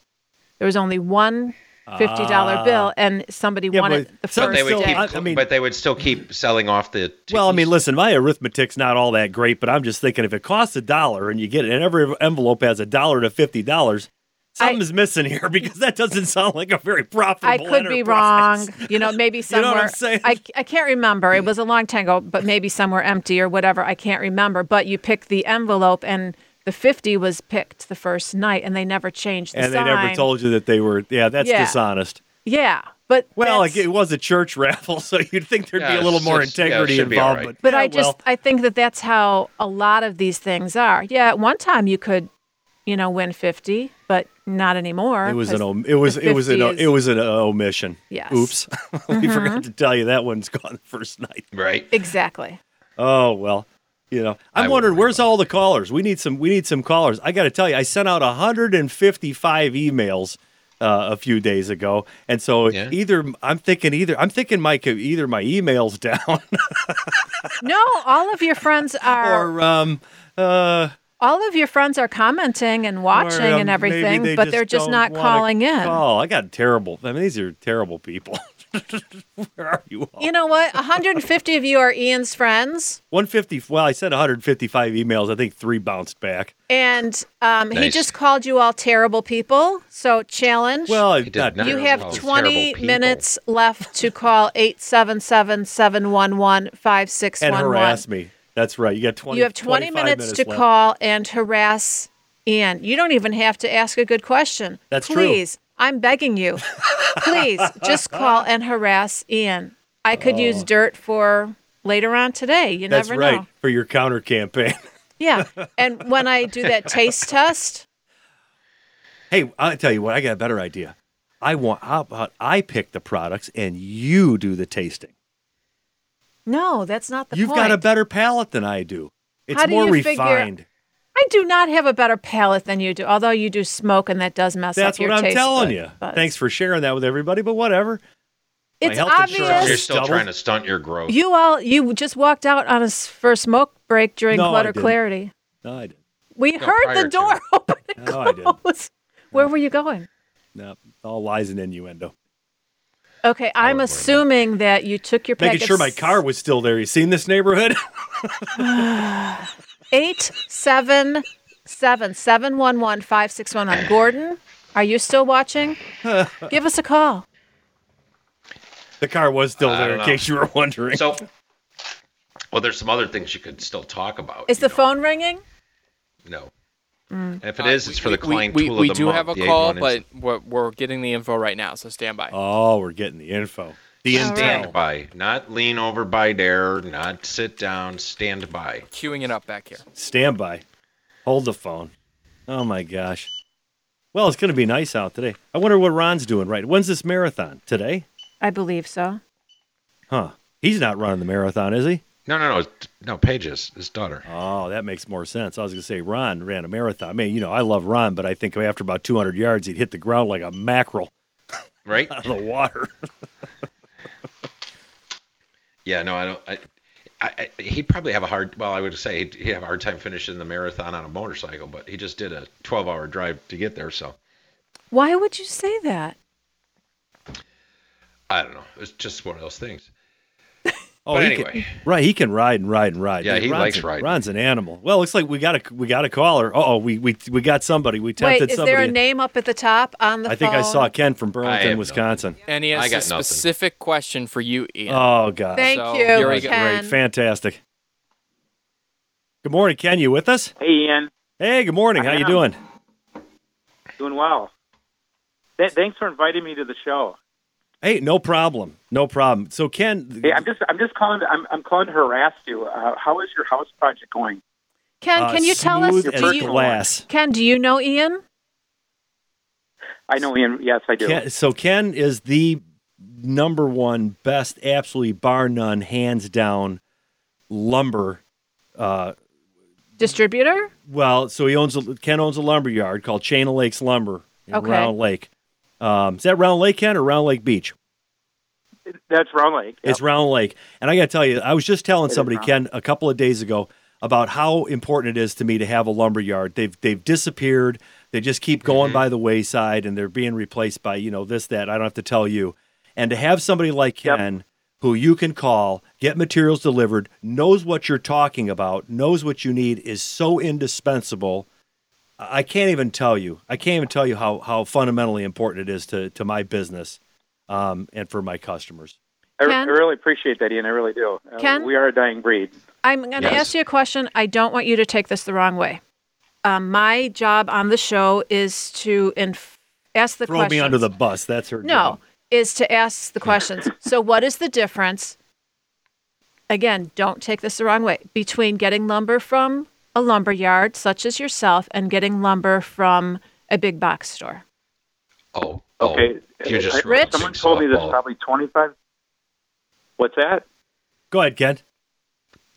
Speaker 4: There was only one $50 bill, and somebody
Speaker 2: Ah. Yeah,
Speaker 4: won
Speaker 2: but
Speaker 4: it the
Speaker 2: some-
Speaker 4: first
Speaker 1: They would
Speaker 2: Still,
Speaker 4: day.
Speaker 1: keep,
Speaker 2: I- I mean-
Speaker 1: but they would still keep selling off the.
Speaker 2: Well, I mean,
Speaker 1: tickets.
Speaker 2: listen, my arithmetic's not all that great, but I'm just thinking if it costs a dollar and you get it, and every envelope has a dollar to fifty dollars,
Speaker 4: I-
Speaker 2: something's missing here because that doesn't sound like a very profitable.
Speaker 4: I could be
Speaker 2: enterprise.
Speaker 4: wrong. You know, maybe
Speaker 2: know
Speaker 4: somewhere.
Speaker 2: what I'm saying?
Speaker 4: I, I can't remember. It was a long time ago, but maybe somewhere empty or whatever. I can't remember. But you picked the envelope, and the 50 was picked the first night, and they never changed the
Speaker 2: And they
Speaker 4: sign.
Speaker 2: never told you that they were. Yeah, that's
Speaker 4: Yeah.
Speaker 2: dishonest.
Speaker 4: Yeah. But
Speaker 2: Well,
Speaker 4: that's-
Speaker 2: like, it was a church raffle, so you'd think there'd
Speaker 1: Yeah,
Speaker 2: be a little
Speaker 1: it's-
Speaker 2: more
Speaker 1: it's- yeah, it
Speaker 2: integrity
Speaker 1: should be all
Speaker 2: involved.
Speaker 1: right.
Speaker 2: But,
Speaker 4: But
Speaker 2: yeah,
Speaker 4: I just
Speaker 2: well,
Speaker 4: I think that that's how a lot of these things are. Yeah, at one time you could, you know, win fifty, but not anymore.
Speaker 2: it was an
Speaker 4: 'cause-
Speaker 2: om- it was
Speaker 4: the
Speaker 2: it was an
Speaker 4: 50 is-
Speaker 2: it was an omission.
Speaker 4: Yes. Mm-hmm.
Speaker 2: Oops, we forgot to tell you that one's gone the first night.
Speaker 1: Right.
Speaker 4: exactly.
Speaker 2: Oh well, you
Speaker 1: I
Speaker 2: know. I'm
Speaker 1: wouldn't
Speaker 2: wondering
Speaker 1: worry
Speaker 2: where's all the callers. We need some. We need some callers. I got to tell you, I sent out 155 emails uh, a few days ago, and so
Speaker 1: Yeah.
Speaker 2: either I'm thinking either I'm thinking my co- either my emails down
Speaker 4: No, all of your friends are
Speaker 2: or um uh
Speaker 4: all of your friends are commenting and watching
Speaker 2: or, um,
Speaker 4: and
Speaker 2: maybe
Speaker 4: everything,
Speaker 2: they
Speaker 4: but they're just
Speaker 2: don't
Speaker 4: not
Speaker 2: wanna
Speaker 4: calling in.
Speaker 2: Call. I got terrible. I mean, these are terrible people. Where are you all?
Speaker 4: You know what? 150 of you are Ian's friends,
Speaker 2: 150. Well, I sent 155 emails. I think three bounced back.
Speaker 4: and um, he
Speaker 1: Nice.
Speaker 4: just called you all terrible people. So challenge.
Speaker 2: Well,
Speaker 1: did
Speaker 2: not
Speaker 1: not
Speaker 4: You
Speaker 1: Terrible
Speaker 4: have
Speaker 1: people.
Speaker 4: 20
Speaker 1: Terrible people.
Speaker 4: minutes left to call 877 711
Speaker 2: and
Speaker 4: 5611.
Speaker 2: harass me. That's right. You got 20.
Speaker 4: You have 20
Speaker 2: 25
Speaker 4: minutes, to
Speaker 2: left.
Speaker 4: call and harass Ian. You don't even have to ask a good question.
Speaker 2: That's
Speaker 4: Please,
Speaker 2: true.
Speaker 4: I'm begging you. Please, just call and harass Ian. I could use dirt for later on today. You
Speaker 2: Oh. That's
Speaker 4: never
Speaker 2: right
Speaker 4: know.
Speaker 2: for your counter campaign.
Speaker 4: Yeah. And when I do that taste test,
Speaker 2: hey, I'll tell you what. I got a better idea. I want. How about I pick the products and you do the tasting?
Speaker 4: no, that's not the
Speaker 2: You've
Speaker 4: point.
Speaker 2: got a better palate than I do. It's
Speaker 4: How do
Speaker 2: more
Speaker 4: you figure-
Speaker 2: refined.
Speaker 4: I do not have a better palate than you do, although you do smoke and that does mess
Speaker 2: That's
Speaker 4: up your
Speaker 2: what I'm
Speaker 4: taste
Speaker 2: telling
Speaker 4: bud-
Speaker 2: you.
Speaker 4: buds.
Speaker 2: Thanks for sharing that with everybody. But whatever. my
Speaker 4: It's
Speaker 2: health insurance.
Speaker 4: obvious.
Speaker 1: You're still
Speaker 2: Double.
Speaker 1: trying to stunt your growth.
Speaker 4: You all, you just walked out on us for a smoke break during
Speaker 2: No, I
Speaker 4: Clutter
Speaker 2: didn't.
Speaker 4: Clarity.
Speaker 2: No, I didn't.
Speaker 4: We
Speaker 1: No,
Speaker 4: heard
Speaker 1: prior
Speaker 4: the
Speaker 1: to.
Speaker 4: door open and
Speaker 2: No, I didn't.
Speaker 4: close. Where were you going?
Speaker 2: No, all lies and innuendo.
Speaker 4: Okay, I'm
Speaker 1: wasn't
Speaker 4: assuming that you took your
Speaker 2: Making
Speaker 4: package.
Speaker 2: sure my car was still there. You seen this neighborhood?
Speaker 4: Eight seven seven seven one one five six one one. Gordon, are you still watching? Give us a call.
Speaker 2: the car was still
Speaker 1: I
Speaker 2: there,
Speaker 1: don't
Speaker 2: in
Speaker 1: know.
Speaker 2: case you were wondering.
Speaker 1: So, well, there's some other things you could still talk about.
Speaker 4: Is the
Speaker 1: you know.
Speaker 4: phone ringing?
Speaker 1: No. And if it is, it's for the Klein
Speaker 6: Uh, we,
Speaker 1: tool
Speaker 6: we
Speaker 1: of the
Speaker 6: do
Speaker 1: month,
Speaker 6: have a
Speaker 1: the
Speaker 6: call,
Speaker 1: A1
Speaker 6: but
Speaker 1: instant
Speaker 6: we're, we're getting the info right now, so stand by.
Speaker 5: Uh,
Speaker 2: oh, we're getting the info. The
Speaker 4: All
Speaker 2: intel.
Speaker 1: stand by, not lean over by there, not sit down, stand by.
Speaker 6: Queuing it up back here.
Speaker 2: Stand by. Hold the phone. Oh my gosh. Well, it's going to be nice out today. I wonder what Ron's doing right. When's this marathon? Today?
Speaker 4: I believe so.
Speaker 2: Huh. He's not running the marathon, is he?
Speaker 1: No, no, no, no. Pages, his daughter.
Speaker 2: Oh, that makes more sense. I was going to say Ron ran a marathon. I mean, you know, I love Ron, but I think after about 200 yards, he'd hit the ground like a mackerel
Speaker 1: Right?
Speaker 2: out of the water.
Speaker 1: Yeah, no, I don't. I, I, I, he'd probably have a hard. Well, I would say he'd, he'd have a hard time finishing the marathon on a motorcycle, but he just did a 12-hour drive to get there. So
Speaker 4: Why would you say that?
Speaker 1: I don't know. It's just one of those things.
Speaker 2: Oh,
Speaker 1: But
Speaker 2: he
Speaker 1: anyway.
Speaker 2: can, right. He can ride and ride and ride.
Speaker 1: Yeah, he
Speaker 2: Ron's
Speaker 1: likes
Speaker 2: a-
Speaker 1: riding.
Speaker 2: Ron's an animal. Well, looks like we got a we got a caller. Oh, we we we got somebody. We
Speaker 4: Wait,
Speaker 2: tempted
Speaker 4: is
Speaker 2: somebody.
Speaker 4: there a name up at the top on the
Speaker 2: I
Speaker 4: phone?
Speaker 2: think I saw Ken
Speaker 1: I
Speaker 2: from
Speaker 1: have
Speaker 2: Burlington,
Speaker 1: no-
Speaker 2: Wisconsin.
Speaker 6: And he
Speaker 1: I
Speaker 6: has
Speaker 1: got
Speaker 6: a
Speaker 1: nothing.
Speaker 6: specific question for you, Ian.
Speaker 5: Uh,
Speaker 2: Oh God,
Speaker 4: Thank
Speaker 6: So,
Speaker 4: you.
Speaker 6: here we
Speaker 2: That's
Speaker 6: go.
Speaker 4: Ken.
Speaker 2: great, fantastic. Good morning, Ken. You with us?
Speaker 7: Hey, Ian.
Speaker 2: Hey, good morning. How
Speaker 7: I
Speaker 2: you
Speaker 7: am.
Speaker 2: doing?
Speaker 7: Doing well. Th- thanks for inviting me to the show.
Speaker 2: Hey, no problem, no problem. So, Ken,
Speaker 7: Hey, I'm just I'm just calling I'm I'm calling to harass you. Uh, how is your house project going?
Speaker 4: Ken,
Speaker 2: uh,
Speaker 4: can you tell us?
Speaker 2: smooth
Speaker 4: Do
Speaker 2: as
Speaker 4: you,
Speaker 2: glass.
Speaker 4: Ken, do you know Ian?
Speaker 7: I know, Ian. Yes, I do.
Speaker 2: Ken, so Ken is the number one best, absolutely bar none, hands down lumber. Uh,
Speaker 4: Distributor?
Speaker 2: well, so he owns a, Ken owns a lumber yard called Chain of Lakes Lumber in
Speaker 4: Okay.
Speaker 2: Round Lake. Um, is that Round Lake, Ken, or Round Lake Beach?
Speaker 7: That's wrong. Like
Speaker 2: It's Round Lake. And I got to tell you, I was just telling
Speaker 7: is
Speaker 2: somebody,
Speaker 7: Round
Speaker 2: Ken, a couple of days ago about how important it is to me to have a lumber yard. They've they've disappeared. They just keep going
Speaker 7: Mm-hmm.
Speaker 2: by the wayside and they're being replaced by, you know, this, that. I don't have to tell you. And to have somebody like
Speaker 7: Yep.
Speaker 2: Ken who you can call, get materials delivered, knows what you're talking about, knows what you need, is so indispensable. I I can't even tell you. I can't even tell you how how fundamentally important it is to to my business um, and for my customers.
Speaker 7: I, I
Speaker 4: Ken?
Speaker 7: really appreciate that, Ian. I really do. Uh,
Speaker 4: Ken?
Speaker 7: we are a dying breed.
Speaker 4: I'm going to
Speaker 1: Yes.
Speaker 4: ask you a question. I don't want you to take this the wrong way. Um, my job on the show is to inf- ask the
Speaker 2: throw
Speaker 4: questions.
Speaker 2: me under the bus. That's her.
Speaker 4: no.
Speaker 2: job.
Speaker 4: is to ask the questions. so, what is the difference? Again, don't take this the wrong way between getting lumber from a lumber yard, such as yourself, and getting lumber from a big box store.
Speaker 1: Oh, oh,
Speaker 7: Okay.
Speaker 1: you just
Speaker 7: I-
Speaker 1: threw
Speaker 4: Rich?
Speaker 7: Someone
Speaker 1: a
Speaker 7: told me this
Speaker 1: softball.
Speaker 7: probably 25. What's that?
Speaker 2: Go ahead, Ken.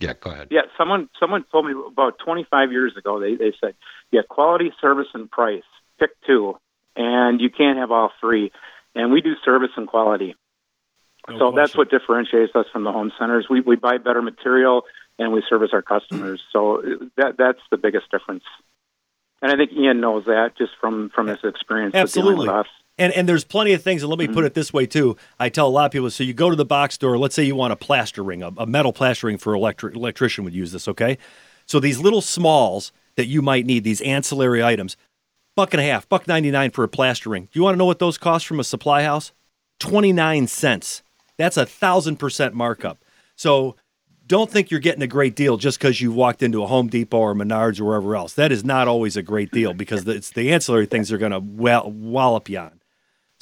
Speaker 1: Yeah, go ahead.
Speaker 7: Yeah, someone someone told me about 25 years ago. They they said, yeah, quality, service, and price. Pick two, and you can't have all three. And we do service and quality.
Speaker 2: No
Speaker 7: so that's
Speaker 2: question.
Speaker 7: what differentiates us from the home centers. We we buy better material and we service our customers. So that that's the biggest difference. And I think Ian knows that just from from his experience with dealing
Speaker 2: Absolutely.
Speaker 7: with us.
Speaker 2: And and there's plenty of things, and let me put it this way too. I tell a lot of people, so you go to the box store, let's say you want a plaster ring, a, a metal plaster ring for electric electrician would use this, okay? So these little smalls that you might need, these ancillary items, buck and a half, buck ninety nine for a plaster ring. Do you want to know what those cost from a supply house? Twenty nine cents. That's a thousand percent markup. So don't think you're getting a great deal just because you walked into a Home Depot or Menards or wherever else. That is not always a great deal because it's the ancillary things they're going to well, wallop you on.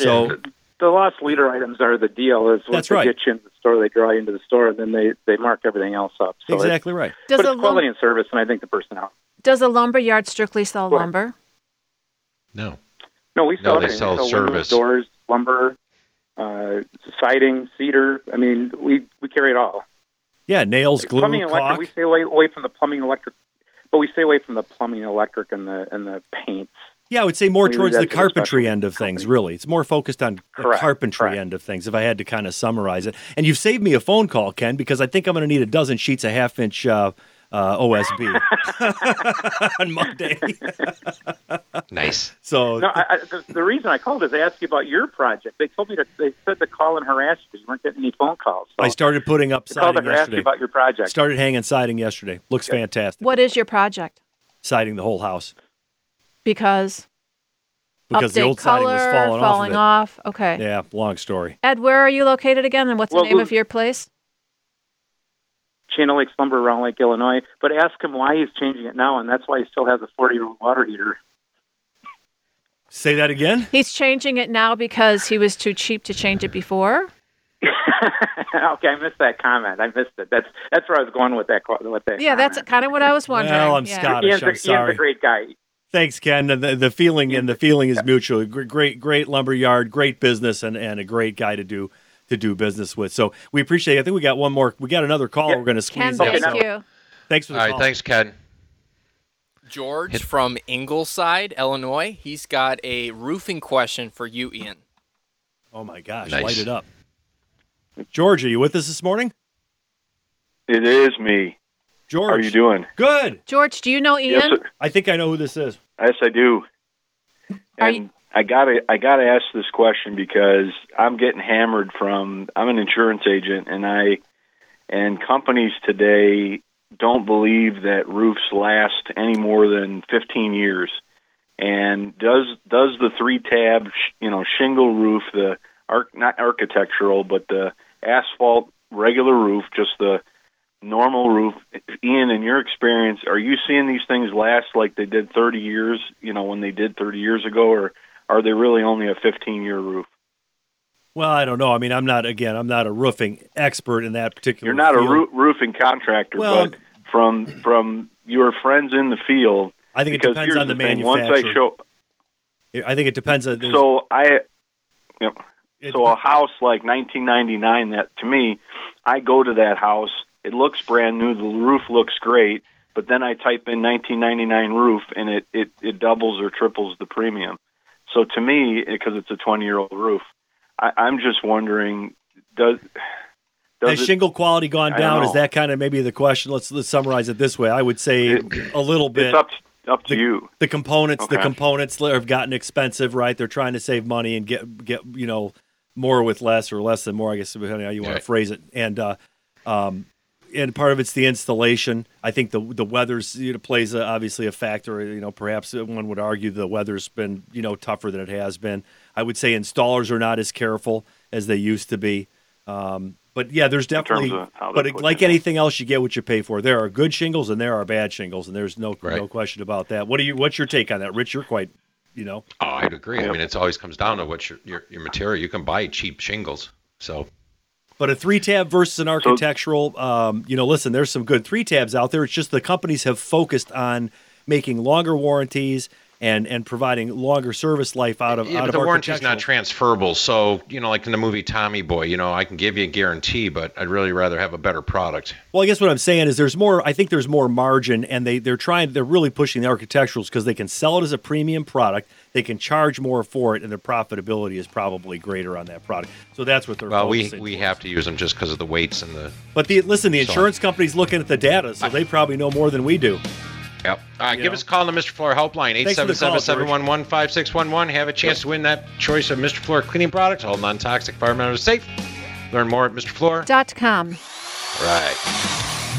Speaker 2: So
Speaker 7: The loss leader items are the deal. Is what
Speaker 2: That's
Speaker 7: they
Speaker 2: right.
Speaker 7: get you into the store, they draw you into the store, and then they they mark everything else up. So it's-
Speaker 2: exactly right.
Speaker 4: Does
Speaker 7: but
Speaker 4: a
Speaker 7: it's quality
Speaker 4: lum-
Speaker 7: and service, and I think the personality.
Speaker 4: does a lumber yard strictly sell
Speaker 7: Go ahead.
Speaker 4: lumber?
Speaker 1: No.
Speaker 7: No, we
Speaker 1: No,
Speaker 7: sell
Speaker 1: they
Speaker 7: everything.
Speaker 1: sell
Speaker 7: we sell windows,
Speaker 1: service.
Speaker 7: doors, lumber, uh, siding, cedar. I mean, we we carry it all.
Speaker 2: Yeah, nails, glue,
Speaker 7: plumbing, and electric.
Speaker 2: caulk.
Speaker 7: We stay away, away from the plumbing, and electric, but we stay away from the plumbing, and electric, and the and the paints.
Speaker 2: Yeah, I would say more
Speaker 7: Maybe
Speaker 2: towards the
Speaker 7: that's a special
Speaker 2: carpentry end of things, really. It's more focused on the
Speaker 7: Correct,
Speaker 2: carpentry
Speaker 7: correct.
Speaker 2: end of things, if I had to kind of summarize it. And you've saved me a phone call, Ken, because I think I'm going to need a dozen sheets of half inch uh, uh, OSB on Monday.
Speaker 1: Nice.
Speaker 2: So
Speaker 7: No, I, I, the, the reason I called is they asked you about your project. They told me to they said to call and harass you because you weren't getting any phone calls. So
Speaker 2: I started putting up
Speaker 7: they called to
Speaker 2: siding
Speaker 7: harass you
Speaker 2: yesterday.
Speaker 7: about your project.
Speaker 2: Started hanging siding yesterday. Looks fantastic.
Speaker 4: What is your project?
Speaker 2: Siding the whole house
Speaker 4: Because
Speaker 2: because
Speaker 4: update
Speaker 2: the old
Speaker 4: color,
Speaker 2: siding was falling,
Speaker 4: falling
Speaker 2: off.
Speaker 4: off. Okay.
Speaker 2: Of it. Yeah, long story.
Speaker 4: Ed, where are you located again, and what's
Speaker 7: Well,
Speaker 4: the name
Speaker 7: we-
Speaker 4: of your place?
Speaker 7: Channel Lake Lumber around Lake Illinois, but ask him why he's changing it now, and that's why he still has a 40 year old water heater.
Speaker 2: Say that again.
Speaker 4: He's changing it now because he was too cheap to change it before.
Speaker 7: okay, I missed that comment. I missed it. That's that's where I was going with that. qu- With that
Speaker 4: Yeah, that's
Speaker 7: comment.
Speaker 4: kind of what I was wondering.
Speaker 2: Well, I'm
Speaker 4: yeah.
Speaker 2: Scottish.
Speaker 7: Ian's, a,
Speaker 2: I'm
Speaker 7: Ian's
Speaker 2: sorry.
Speaker 7: a great guy.
Speaker 2: Thanks, Ken. And the, the feeling and the feeling is mutual. Gr- Great, great lumber yard, great business, and, and a great guy to do to do business with. So we appreciate. it. I think we got one more. We got another call. We're going to
Speaker 4: Ken,
Speaker 2: squeeze. in.
Speaker 4: thank
Speaker 7: now-
Speaker 4: you.
Speaker 2: Thanks for
Speaker 1: All
Speaker 2: the
Speaker 1: right,
Speaker 2: call.
Speaker 1: thanks, Ken.
Speaker 6: George from Ingleside, Illinois. He's got a roofing question for you, Ian.
Speaker 2: Oh my gosh,
Speaker 1: Nice.
Speaker 2: light it up. George, are you with us this morning?
Speaker 8: It is me.
Speaker 2: George,
Speaker 8: How are you doing?
Speaker 2: Good.
Speaker 4: George, do you know Ian?
Speaker 8: Yes, sir.
Speaker 2: I think I know who this is.
Speaker 8: yes, I do.
Speaker 4: Are
Speaker 8: And I gotta, I gotta ask this question because I'm getting hammered from. I'm an insurance agent, and I, and companies today don't believe that roofs last any more than 15 years. And does does the three tab, sh- you know, shingle roof, the arc not architectural, but the asphalt regular roof, just the normal roof. Ian, in your experience, are you seeing these things last like they did 30 years, you know, when they did 30 years ago, or are they really only a 15 year roof?
Speaker 2: Well, I don't know. I mean, I'm not again. I'm not a roofing expert in that particular.
Speaker 8: You're not a
Speaker 2: field.
Speaker 8: roo- roofing contractor,
Speaker 2: Well,
Speaker 8: but from from your friends in the field,
Speaker 2: I think it
Speaker 8: because
Speaker 2: depends
Speaker 8: here's
Speaker 2: on the,
Speaker 8: the thing,
Speaker 2: manufacturer.
Speaker 8: Once I show,
Speaker 2: I think it depends on. there's-
Speaker 8: so I, you know,
Speaker 2: it-
Speaker 8: so a house like 1999 that to me i go to that house it looks brand new the roof looks great but then i type in 1999 roof and it it, it doubles or triples the premium so to me because it's a 20 year old roof I, i'm just wondering does does
Speaker 2: Has
Speaker 8: it,
Speaker 2: shingle quality gone
Speaker 8: I don't
Speaker 2: down? Is
Speaker 8: know.
Speaker 2: that kind of maybe the question? Let's let's summarize it this way. I would say a little bit.
Speaker 8: it's up up to you
Speaker 2: The components, the
Speaker 8: Okay.
Speaker 2: components li- have gotten expensive, right? They're trying to save money and get get you know more with less or less than more. I guess depending on how you want
Speaker 1: Right.
Speaker 2: to phrase it. And uh, um, and part of it's the installation. I think the the weather's you know, plays a, obviously a factor. You know, perhaps one would argue the weather's been you know tougher than it has been. I would say installers are not as careful as they used to be. Um, but yeah, there's definitely.
Speaker 8: of how they
Speaker 2: But it,
Speaker 8: put
Speaker 2: like
Speaker 8: it.
Speaker 2: anything else, you get what you pay for. There are good shingles and there are bad shingles, and there's no
Speaker 1: Right.
Speaker 2: no question about that. What do you? What's your take on that, Rich? You're quite you know.
Speaker 1: Oh, I agree. I mean, it always comes down to what your, your your material. You can buy cheap shingles. So
Speaker 2: But a three tab versus an architectural, um, you know, listen, there's some good three tabs out there. It's just the companies have focused on making longer warranties and and providing longer service life out of
Speaker 1: yeah,
Speaker 2: out
Speaker 1: but
Speaker 2: of
Speaker 1: the warranty's
Speaker 2: architectural.
Speaker 1: not transferable. So you know, like in the movie Tommy Boy, you know, I can give you a guarantee, but I'd really rather have a better product.
Speaker 2: Well, I guess what I'm saying is there's more. I think there's more margin, and they they're trying. They're really pushing the architecturals because they can sell it as a premium product. They can charge more for it, and their profitability is probably greater on that product. So that's what they're.
Speaker 1: Well, we
Speaker 2: focusing
Speaker 1: we
Speaker 2: towards.
Speaker 1: have to use them just because of the weights and the.
Speaker 2: But the listen, the
Speaker 1: So-
Speaker 2: insurance company's looking at the data, so they probably know more than we do.
Speaker 1: Yep. All right,
Speaker 2: You
Speaker 1: give
Speaker 2: know?
Speaker 1: us a call on the Mr. Floor helpline,
Speaker 2: Thanks for the call,
Speaker 1: 877-711-5611. Have a chance to win that choice of Mr. Floor cleaning products, all non-toxic, environmentally safe. Learn more at Mr. Floor.
Speaker 4: Dot com.
Speaker 1: Right.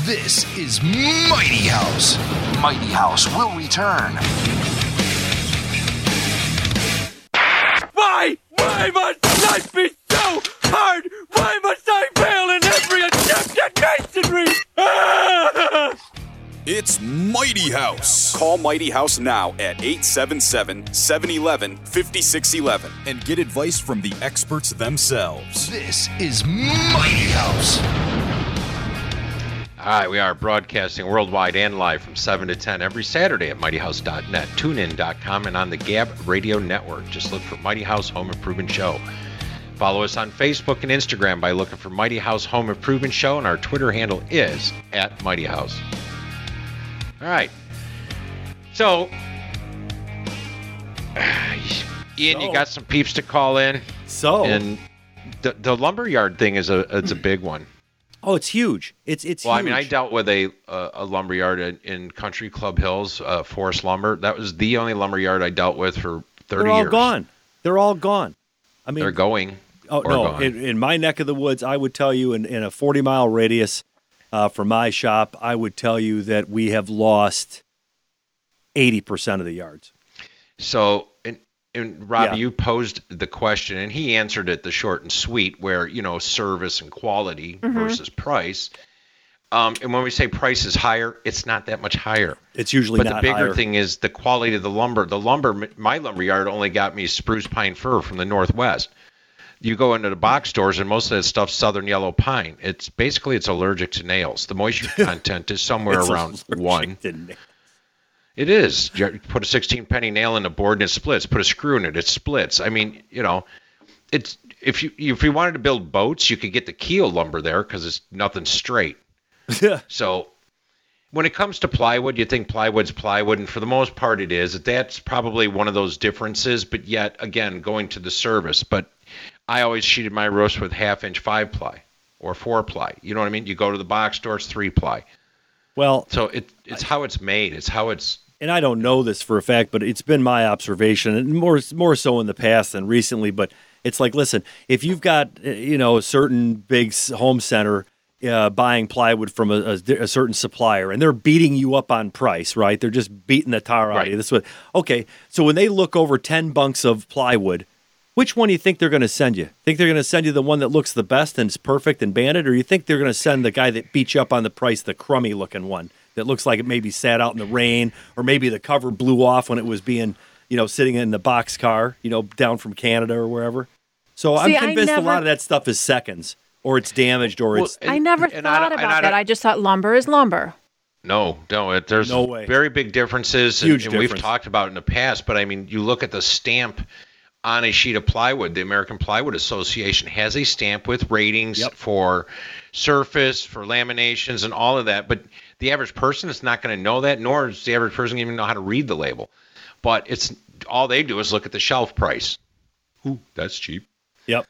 Speaker 3: This is Mighty House. Mighty House will return.
Speaker 5: Why? Why must life be so hard? Why must I fail in every attempt at masonry?
Speaker 9: It's Mighty House. Call Mighty House now at 877 711 5611 and get advice from the experts themselves.
Speaker 3: This is Mighty House.
Speaker 1: All right, we are broadcasting worldwide and live from 7 to 10 every Saturday at mightyhouse.net, tunein.com, and on the Gab Radio Network. Just look for Mighty House Home Improvement Show. Follow us on Facebook and Instagram by looking for Mighty House Home Improvement Show, and our Twitter handle is at Mighty House. All right. So, Ian, you
Speaker 2: So- Oh.
Speaker 1: got some peeps to call in,
Speaker 2: So
Speaker 1: and the, the lumberyard thing is a it's a big one.
Speaker 2: oh, it's huge. It's it's.
Speaker 1: Well, I
Speaker 2: huge.
Speaker 1: mean, I dealt with a a, a lumber yard in, in Country Club Hills, uh, Forest Lumber. That was the only lumber yard I dealt with for 30
Speaker 2: They're all
Speaker 1: years.
Speaker 2: gone. They're all gone. I mean,
Speaker 1: They're going.
Speaker 2: Oh
Speaker 1: or
Speaker 2: no!
Speaker 1: gone.
Speaker 2: In, in my neck of the woods, I would tell you in, in a forty mile radius uh, from my shop, I would tell you that we have lost eighty percent of the yards.
Speaker 1: So, and, and Rob,
Speaker 2: Yeah.
Speaker 1: you posed the question, and he answered it the short and sweet, where you know service and quality
Speaker 2: Mm-hmm.
Speaker 1: versus price. Um, and when we say price is higher, it's not that much higher.
Speaker 2: It's usually
Speaker 1: But the
Speaker 2: not
Speaker 1: bigger
Speaker 2: higher.
Speaker 1: thing is the quality of the lumber. The lumber, my lumber yard only got me spruce pine fir from the northwest. You go into the box stores, and most of that stuff's southern yellow pine. It's basically it's allergic to nails. The moisture content is somewhere
Speaker 2: It's
Speaker 1: around
Speaker 2: allergic
Speaker 1: one.
Speaker 2: to na-
Speaker 1: It is. You Put a 16 penny nail in a board and it splits. Put a screw in it, it splits. I mean, you know, it's if you if you wanted to build boats, you could get the keel lumber there because it's nothing straight. So when it comes to plywood, you think plywood's plywood, and for the most part, it is. That's probably one of those differences. But yet again, going to the service, but I always sheeted my roofs with half inch five ply or four ply. You know what I mean? You go to the box store, it's three ply.
Speaker 2: Well,
Speaker 1: So it it's how it's made. It's how it's
Speaker 2: and I don't know this for a fact, but it's been my observation, and more more so in the past than recently. But it's like, listen, if you've got uh, you know a certain big s- home center uh, buying plywood from a, a di- a certain supplier, and they're beating you up on price, right? They're just beating the tar out of you.
Speaker 1: Right.
Speaker 2: This what okay. So when they look over ten bunks of plywood. Which one do you think they're going to send you? Think they're going to send you the one that looks the best and is perfect and banded, or you think they're going to send the guy that beat you up on the price, the crummy looking one that looks like it maybe sat out in the rain, or maybe the cover blew off when it was being, you know, sitting in the box car, you know, down from Canada or wherever. So
Speaker 4: See, I
Speaker 2: I'm convinced a lot
Speaker 4: never-
Speaker 2: of that stuff is seconds, or it's damaged, or it's
Speaker 1: Well,
Speaker 4: I
Speaker 1: and-
Speaker 4: never
Speaker 1: and I
Speaker 4: thought
Speaker 1: don't- and
Speaker 4: about
Speaker 1: I
Speaker 4: that.
Speaker 1: don't-
Speaker 4: I just thought lumber is lumber.
Speaker 1: No, no. It, there's
Speaker 2: No way.
Speaker 1: very big differences, and-
Speaker 2: Huge
Speaker 1: and, we've
Speaker 2: difference.
Speaker 1: talked about it in the past. But I mean, you look at the stamp on a sheet of plywood. The American Plywood Association has a stamp with ratings
Speaker 2: Yep.
Speaker 1: for surface, for laminations, and all of that. But the average person is not going to know that, nor is the average person even know how to read the label. But it's all they do is look at the shelf price. Ooh, that's cheap.
Speaker 2: yep,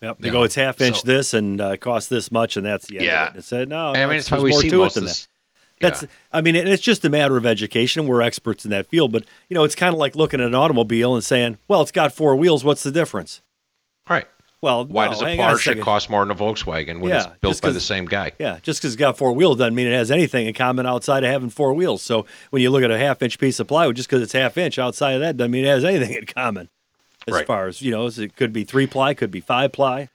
Speaker 2: yep. They
Speaker 1: Yeah.
Speaker 2: go, it's half inch
Speaker 1: So-
Speaker 2: this and uh, costs this much, and that's the end
Speaker 1: Yeah.
Speaker 2: Of it. It said no.
Speaker 1: I
Speaker 2: no,
Speaker 1: mean, it's
Speaker 2: there's
Speaker 1: how we
Speaker 2: Uh, more
Speaker 1: see
Speaker 2: to it
Speaker 1: most
Speaker 2: than
Speaker 1: of
Speaker 2: that.
Speaker 1: this.
Speaker 2: That's
Speaker 1: Yeah.
Speaker 2: I mean, and it's just a matter of education. We're experts in that field, but you know, it's kind of like looking at an automobile and saying, "Well, it's got four wheels. What's the difference?"
Speaker 1: Right.
Speaker 2: Well,
Speaker 1: Why
Speaker 2: no,
Speaker 1: does a
Speaker 2: hang on
Speaker 1: Porsche
Speaker 2: second.
Speaker 1: cost more than a Volkswagen when it's
Speaker 2: Yeah,
Speaker 1: built
Speaker 2: just
Speaker 1: by
Speaker 2: 'cause-
Speaker 1: the same guy?
Speaker 2: Yeah, just because it's got four wheels doesn't mean it has anything in common outside of having four wheels. So when you look at a half inch piece of plywood, just because it's half inch outside of that doesn't mean it has anything in common. As
Speaker 1: Right.
Speaker 2: far as you know, as it could be three ply, could be five ply.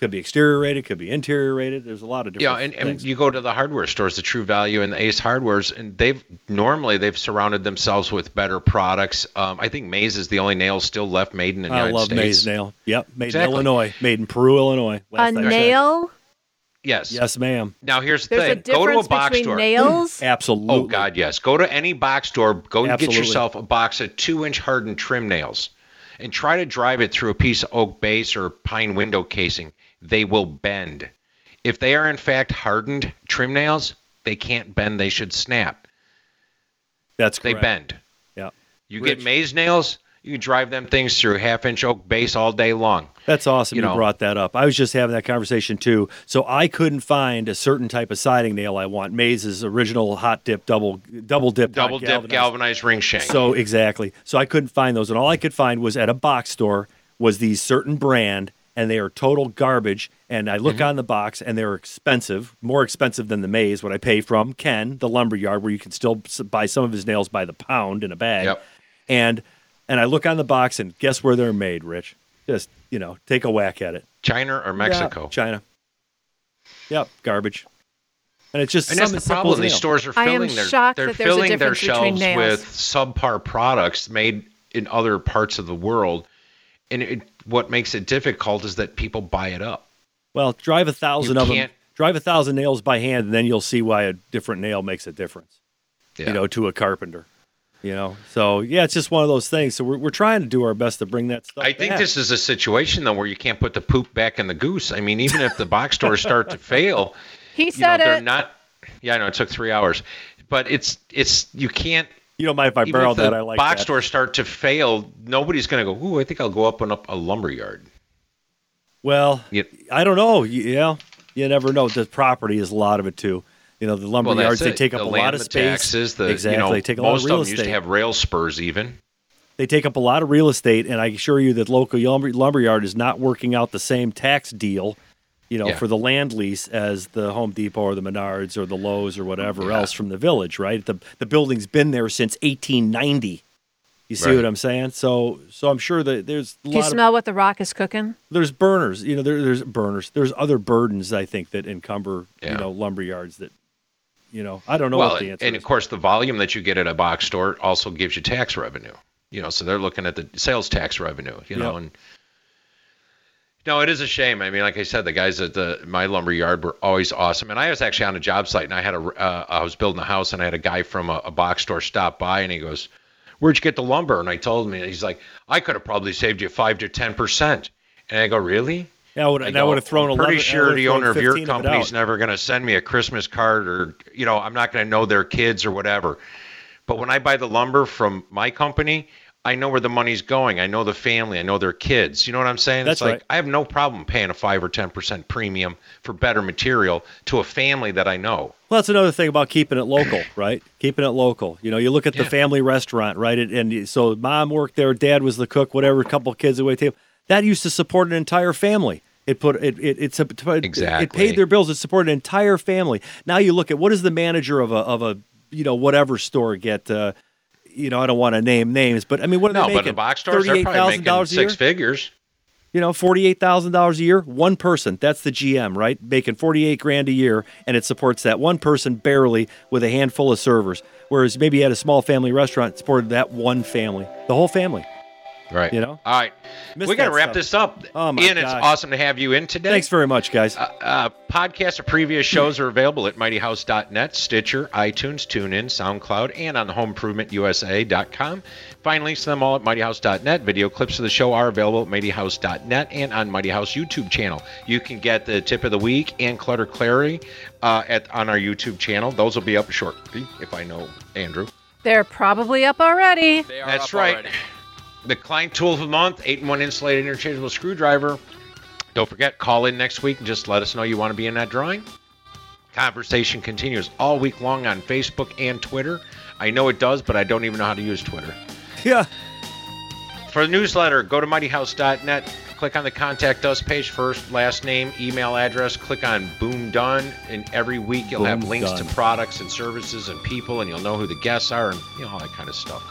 Speaker 2: Could be exterior rated, could be interior rated. There's a lot of
Speaker 1: Yeah,
Speaker 2: different.
Speaker 1: and, and
Speaker 2: things.
Speaker 1: you go to the hardware stores, the True Value and the Ace Hardwares, and they've normally they've surrounded themselves with better products. Um, I think Maze is the only nail still left made in the
Speaker 2: I
Speaker 1: United
Speaker 2: love
Speaker 1: States.
Speaker 2: Maze Nail. Yep, made in
Speaker 1: Exactly.
Speaker 2: Illinois, made in Peru, Illinois.
Speaker 4: A
Speaker 2: Last I checked.
Speaker 4: nail?
Speaker 1: Yes.
Speaker 2: Yes, ma'am.
Speaker 1: Now here's the
Speaker 4: There's a
Speaker 1: thing. Go to a
Speaker 4: difference
Speaker 1: box
Speaker 4: between
Speaker 1: store.
Speaker 4: nails.
Speaker 2: Absolutely.
Speaker 1: Oh God, yes. Go to any box store. Go and get
Speaker 2: Absolutely.
Speaker 1: yourself a box of two-inch hardened trim nails, and try to drive it through a piece of oak base or pine window casing. They will bend. If they are in fact hardened trim nails, they can't bend. They should snap.
Speaker 2: That's
Speaker 1: They
Speaker 2: correct.
Speaker 1: bend.
Speaker 2: Yeah,
Speaker 1: You get maze nails. You can drive them things through half-inch oak base all day long.
Speaker 2: that's awesome.
Speaker 1: You
Speaker 2: You,
Speaker 1: know.
Speaker 2: brought that up. I was just having that conversation too. So I couldn't find a certain type of siding nail I want. Maze's original hot dip double double dip hot
Speaker 1: Double dip galvanized,
Speaker 2: galvanized
Speaker 1: ring shank.
Speaker 2: So exactly. So I couldn't find those, and all I could find was at a box store was these certain brand, and they are total garbage. And I
Speaker 1: Mm-hmm.
Speaker 2: look on the box, and they're expensive, more expensive than the maze. What I pay from Ken, the lumber yard, where you can still s- buy some of his nails by the pound in a bag.
Speaker 1: Yep.
Speaker 2: And and I look on the box, and guess where they're made, Rich? Just you know, take a whack at it.
Speaker 1: China or Mexico.
Speaker 2: China. Yep, garbage. And it's just
Speaker 1: And that's
Speaker 2: something
Speaker 1: the
Speaker 2: simple
Speaker 1: problem.
Speaker 2: as
Speaker 1: These
Speaker 2: nail.
Speaker 1: stores are
Speaker 4: I am
Speaker 1: filling their
Speaker 4: shocked
Speaker 1: they're
Speaker 4: that there's a
Speaker 1: filling their
Speaker 4: difference between
Speaker 1: shelves
Speaker 4: nails.
Speaker 1: with subpar products made in other parts of the world, and it, what makes it difficult is that people buy it up.
Speaker 2: Well, drive a thousand
Speaker 1: You
Speaker 2: of them.
Speaker 1: can't-
Speaker 2: Drive a thousand nails by hand, and then you'll see why a different nail makes a difference.
Speaker 1: Yeah.
Speaker 2: You know, to a carpenter. You know, so yeah, it's just one of those things. So we're we're trying to do our best to bring that stuff.
Speaker 1: I think
Speaker 2: back.
Speaker 1: this is a situation though where you can't put the poop back in the goose. I mean, even if the box stores start to fail,
Speaker 4: He
Speaker 1: you know
Speaker 4: said
Speaker 1: they're
Speaker 4: it.
Speaker 1: not. Yeah, I know it took three hours, but it's it's you can't.
Speaker 2: You don't mind if I
Speaker 1: Even if
Speaker 2: borrowed
Speaker 1: the
Speaker 2: that? I like
Speaker 1: box
Speaker 2: that.
Speaker 1: stores start to fail, nobody's going to go. Ooh, I think I'll go up and up a lumber yard.
Speaker 2: Well,
Speaker 1: Yep.
Speaker 2: I don't know. You, you know, you never know. The property is a lot of it too. You know, the lumber
Speaker 1: Well,
Speaker 2: yards
Speaker 1: that's
Speaker 2: they
Speaker 1: it.
Speaker 2: take up
Speaker 1: The
Speaker 2: a
Speaker 1: land,
Speaker 2: lot of
Speaker 1: the
Speaker 2: space.
Speaker 1: Taxes, the,
Speaker 2: exactly,
Speaker 1: You know,
Speaker 2: they take a lot
Speaker 1: most
Speaker 2: of real
Speaker 1: of them
Speaker 2: estate.
Speaker 1: used to have rail spurs, even.
Speaker 2: they take up a lot of real estate, and I assure you that local lumber, lumberyard is not working out the same tax deal, you know,
Speaker 1: Yeah.
Speaker 2: for the land lease as the Home Depot or the Menards or the Lowe's or whatever else from the village, right? The the building's been there since 1890. You see
Speaker 1: Right.
Speaker 2: what I'm saying? So so I'm sure that there's a
Speaker 4: Do you
Speaker 2: lot of
Speaker 4: smell what the rock is cooking?
Speaker 2: there's burners, you know, there, there's burners. There's other burdens I think that encumber
Speaker 1: Yeah.
Speaker 2: you know lumber yards that you know I don't know
Speaker 1: well,
Speaker 2: what the
Speaker 1: and,
Speaker 2: answer
Speaker 1: and
Speaker 2: is.
Speaker 1: of course, the volume that you get at a box store also gives you tax revenue. You know, so they're looking at the sales tax revenue. You know,
Speaker 2: Yep.
Speaker 1: and no, it is a shame. I mean, like I said, the guys at the my lumber yard were always awesome. And I was actually on a job site, and I had a uh, I was building a house, and I had a guy from a, a box store stop by, and he goes, "Where'd you get the lumber?" And I told him, and he's like, "I could have probably saved you five to ten percent." And I go, "Really?"
Speaker 2: Yeah, I would,
Speaker 1: I
Speaker 2: and I
Speaker 1: go,
Speaker 2: would have thrown
Speaker 1: I'm
Speaker 2: 11
Speaker 1: pretty
Speaker 2: I
Speaker 1: sure
Speaker 2: would've
Speaker 1: the
Speaker 2: thrown
Speaker 1: owner of your
Speaker 2: 15 it
Speaker 1: company's
Speaker 2: out.
Speaker 1: never going to send me a Christmas card, or you know, I'm not going to know their kids or whatever. But when I buy the lumber from my company, I know where the money's going. I know the family. I know their kids. You know what I'm saying?
Speaker 2: That's
Speaker 1: it's like
Speaker 2: right.
Speaker 1: I have no problem paying a five or ten percent premium for better material to a family that I know.
Speaker 2: Well, that's another thing about keeping it local, right? Keeping it local. You know, you look at the
Speaker 1: Yeah.
Speaker 2: family restaurant, right? And, and you- so mom worked there, dad was the cook, whatever, a couple of kids away table. That used to support an entire family. It put it it it's a, it
Speaker 1: Exactly.
Speaker 2: paid their bills. It supported an entire family. Now you look at what does the manager of a of a you know whatever store get? Uh, you know, I don't want to name names, but I mean, what are
Speaker 1: No,
Speaker 2: they
Speaker 1: but
Speaker 2: making?
Speaker 1: the box stores they're probably
Speaker 2: $38,000
Speaker 1: making
Speaker 2: a year?
Speaker 1: six figures.
Speaker 2: you know, forty-eight thousand dollars a year, one person. That's the GM, right? Making forty-eight grand a year, and it supports that one person barely with a handful of servers. Whereas maybe at a small family restaurant, it supported that one family, the whole family.
Speaker 1: Right.
Speaker 2: You know?
Speaker 1: All right.
Speaker 2: Missed
Speaker 1: We got to
Speaker 2: that
Speaker 1: wrap
Speaker 2: stuff.
Speaker 1: this up.
Speaker 2: Oh, my
Speaker 1: Ian, it's
Speaker 2: gosh.
Speaker 1: awesome to have you in today.
Speaker 2: Thanks very much, guys.
Speaker 1: uh, podcasts of previous shows are available at mightyhouse.net, Stitcher, iTunes, TuneIn, SoundCloud, and on homeimprovement.usa.com. Find links to them all at mightyhouse.net. Video clips of the show are available at mightyhouse.net and on Mighty House YouTube channel. You can get the tip of the week and Clutter Clary uh, at on our YouTube channel. Those will be up shortly, if I know Andrew.
Speaker 4: They're probably up already.
Speaker 6: They are
Speaker 1: That's
Speaker 6: up
Speaker 1: right.
Speaker 6: already.
Speaker 1: The Klein Tool of the Month, 8 in 1 insulated interchangeable screwdriver. Don't forget, call in next week and just let us know you want to be in that drawing. Conversation continues all week long on Facebook and Twitter. I know it does, but I don't even know how to use Twitter.
Speaker 2: yeah.
Speaker 1: For the newsletter, go to mightyhouse.net, click on the contact us page, first, last name, email address, click on Boom Done, and every week you'll have
Speaker 2: Boom
Speaker 1: links
Speaker 2: Done.
Speaker 1: to products and services and people, and you'll know who the guests are and you know all that kind of stuff.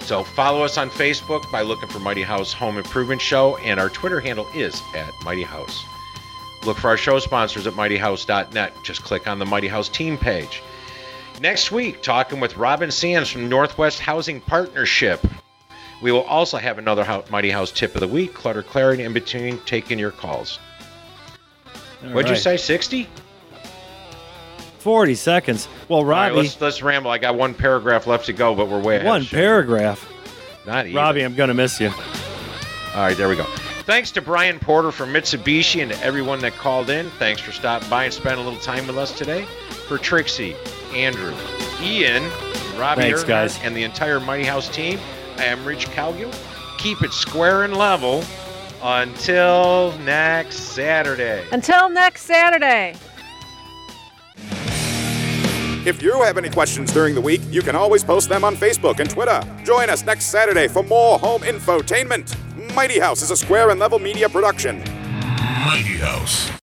Speaker 1: So follow us on Facebook by looking for Mighty House Home Improvement Show, and our Twitter handle is at Mighty House. Look for our show sponsors at mightyhouse.net. Just click on the Mighty House team page. Next week, talking with Robin Sands from Northwest Housing Partnership. We will also have another Hou- Mighty House tip of the week, clutter clearing in between taking your calls.
Speaker 2: All
Speaker 1: What'd you
Speaker 2: right.
Speaker 1: say, 60?
Speaker 2: 40 seconds. Well,
Speaker 1: All right,
Speaker 2: Robbie,
Speaker 1: let's, let's ramble. I got one paragraph left to go, but we're way ahead.
Speaker 2: one
Speaker 1: of shit.
Speaker 2: paragraph.
Speaker 1: Not even.
Speaker 2: Robbie, I'm going to miss you.
Speaker 1: All right, there we go. Thanks to Brian Porter from Mitsubishi and to everyone that called in. Thanks for stopping by and spending a little time with us today. For Trixie, Andrew, Ian, Robbie,
Speaker 2: Thanks,
Speaker 1: Earnhardt,
Speaker 2: guys.
Speaker 1: and the entire Mighty House team, I am Rich Calgill. Keep it square and level until next Saturday.
Speaker 4: Until next Saturday.
Speaker 9: If you have any questions during the week, you can always post them on Facebook and Twitter. Join us next Saturday for more home infotainment. Mighty House is a square and level media production.
Speaker 3: Mighty House.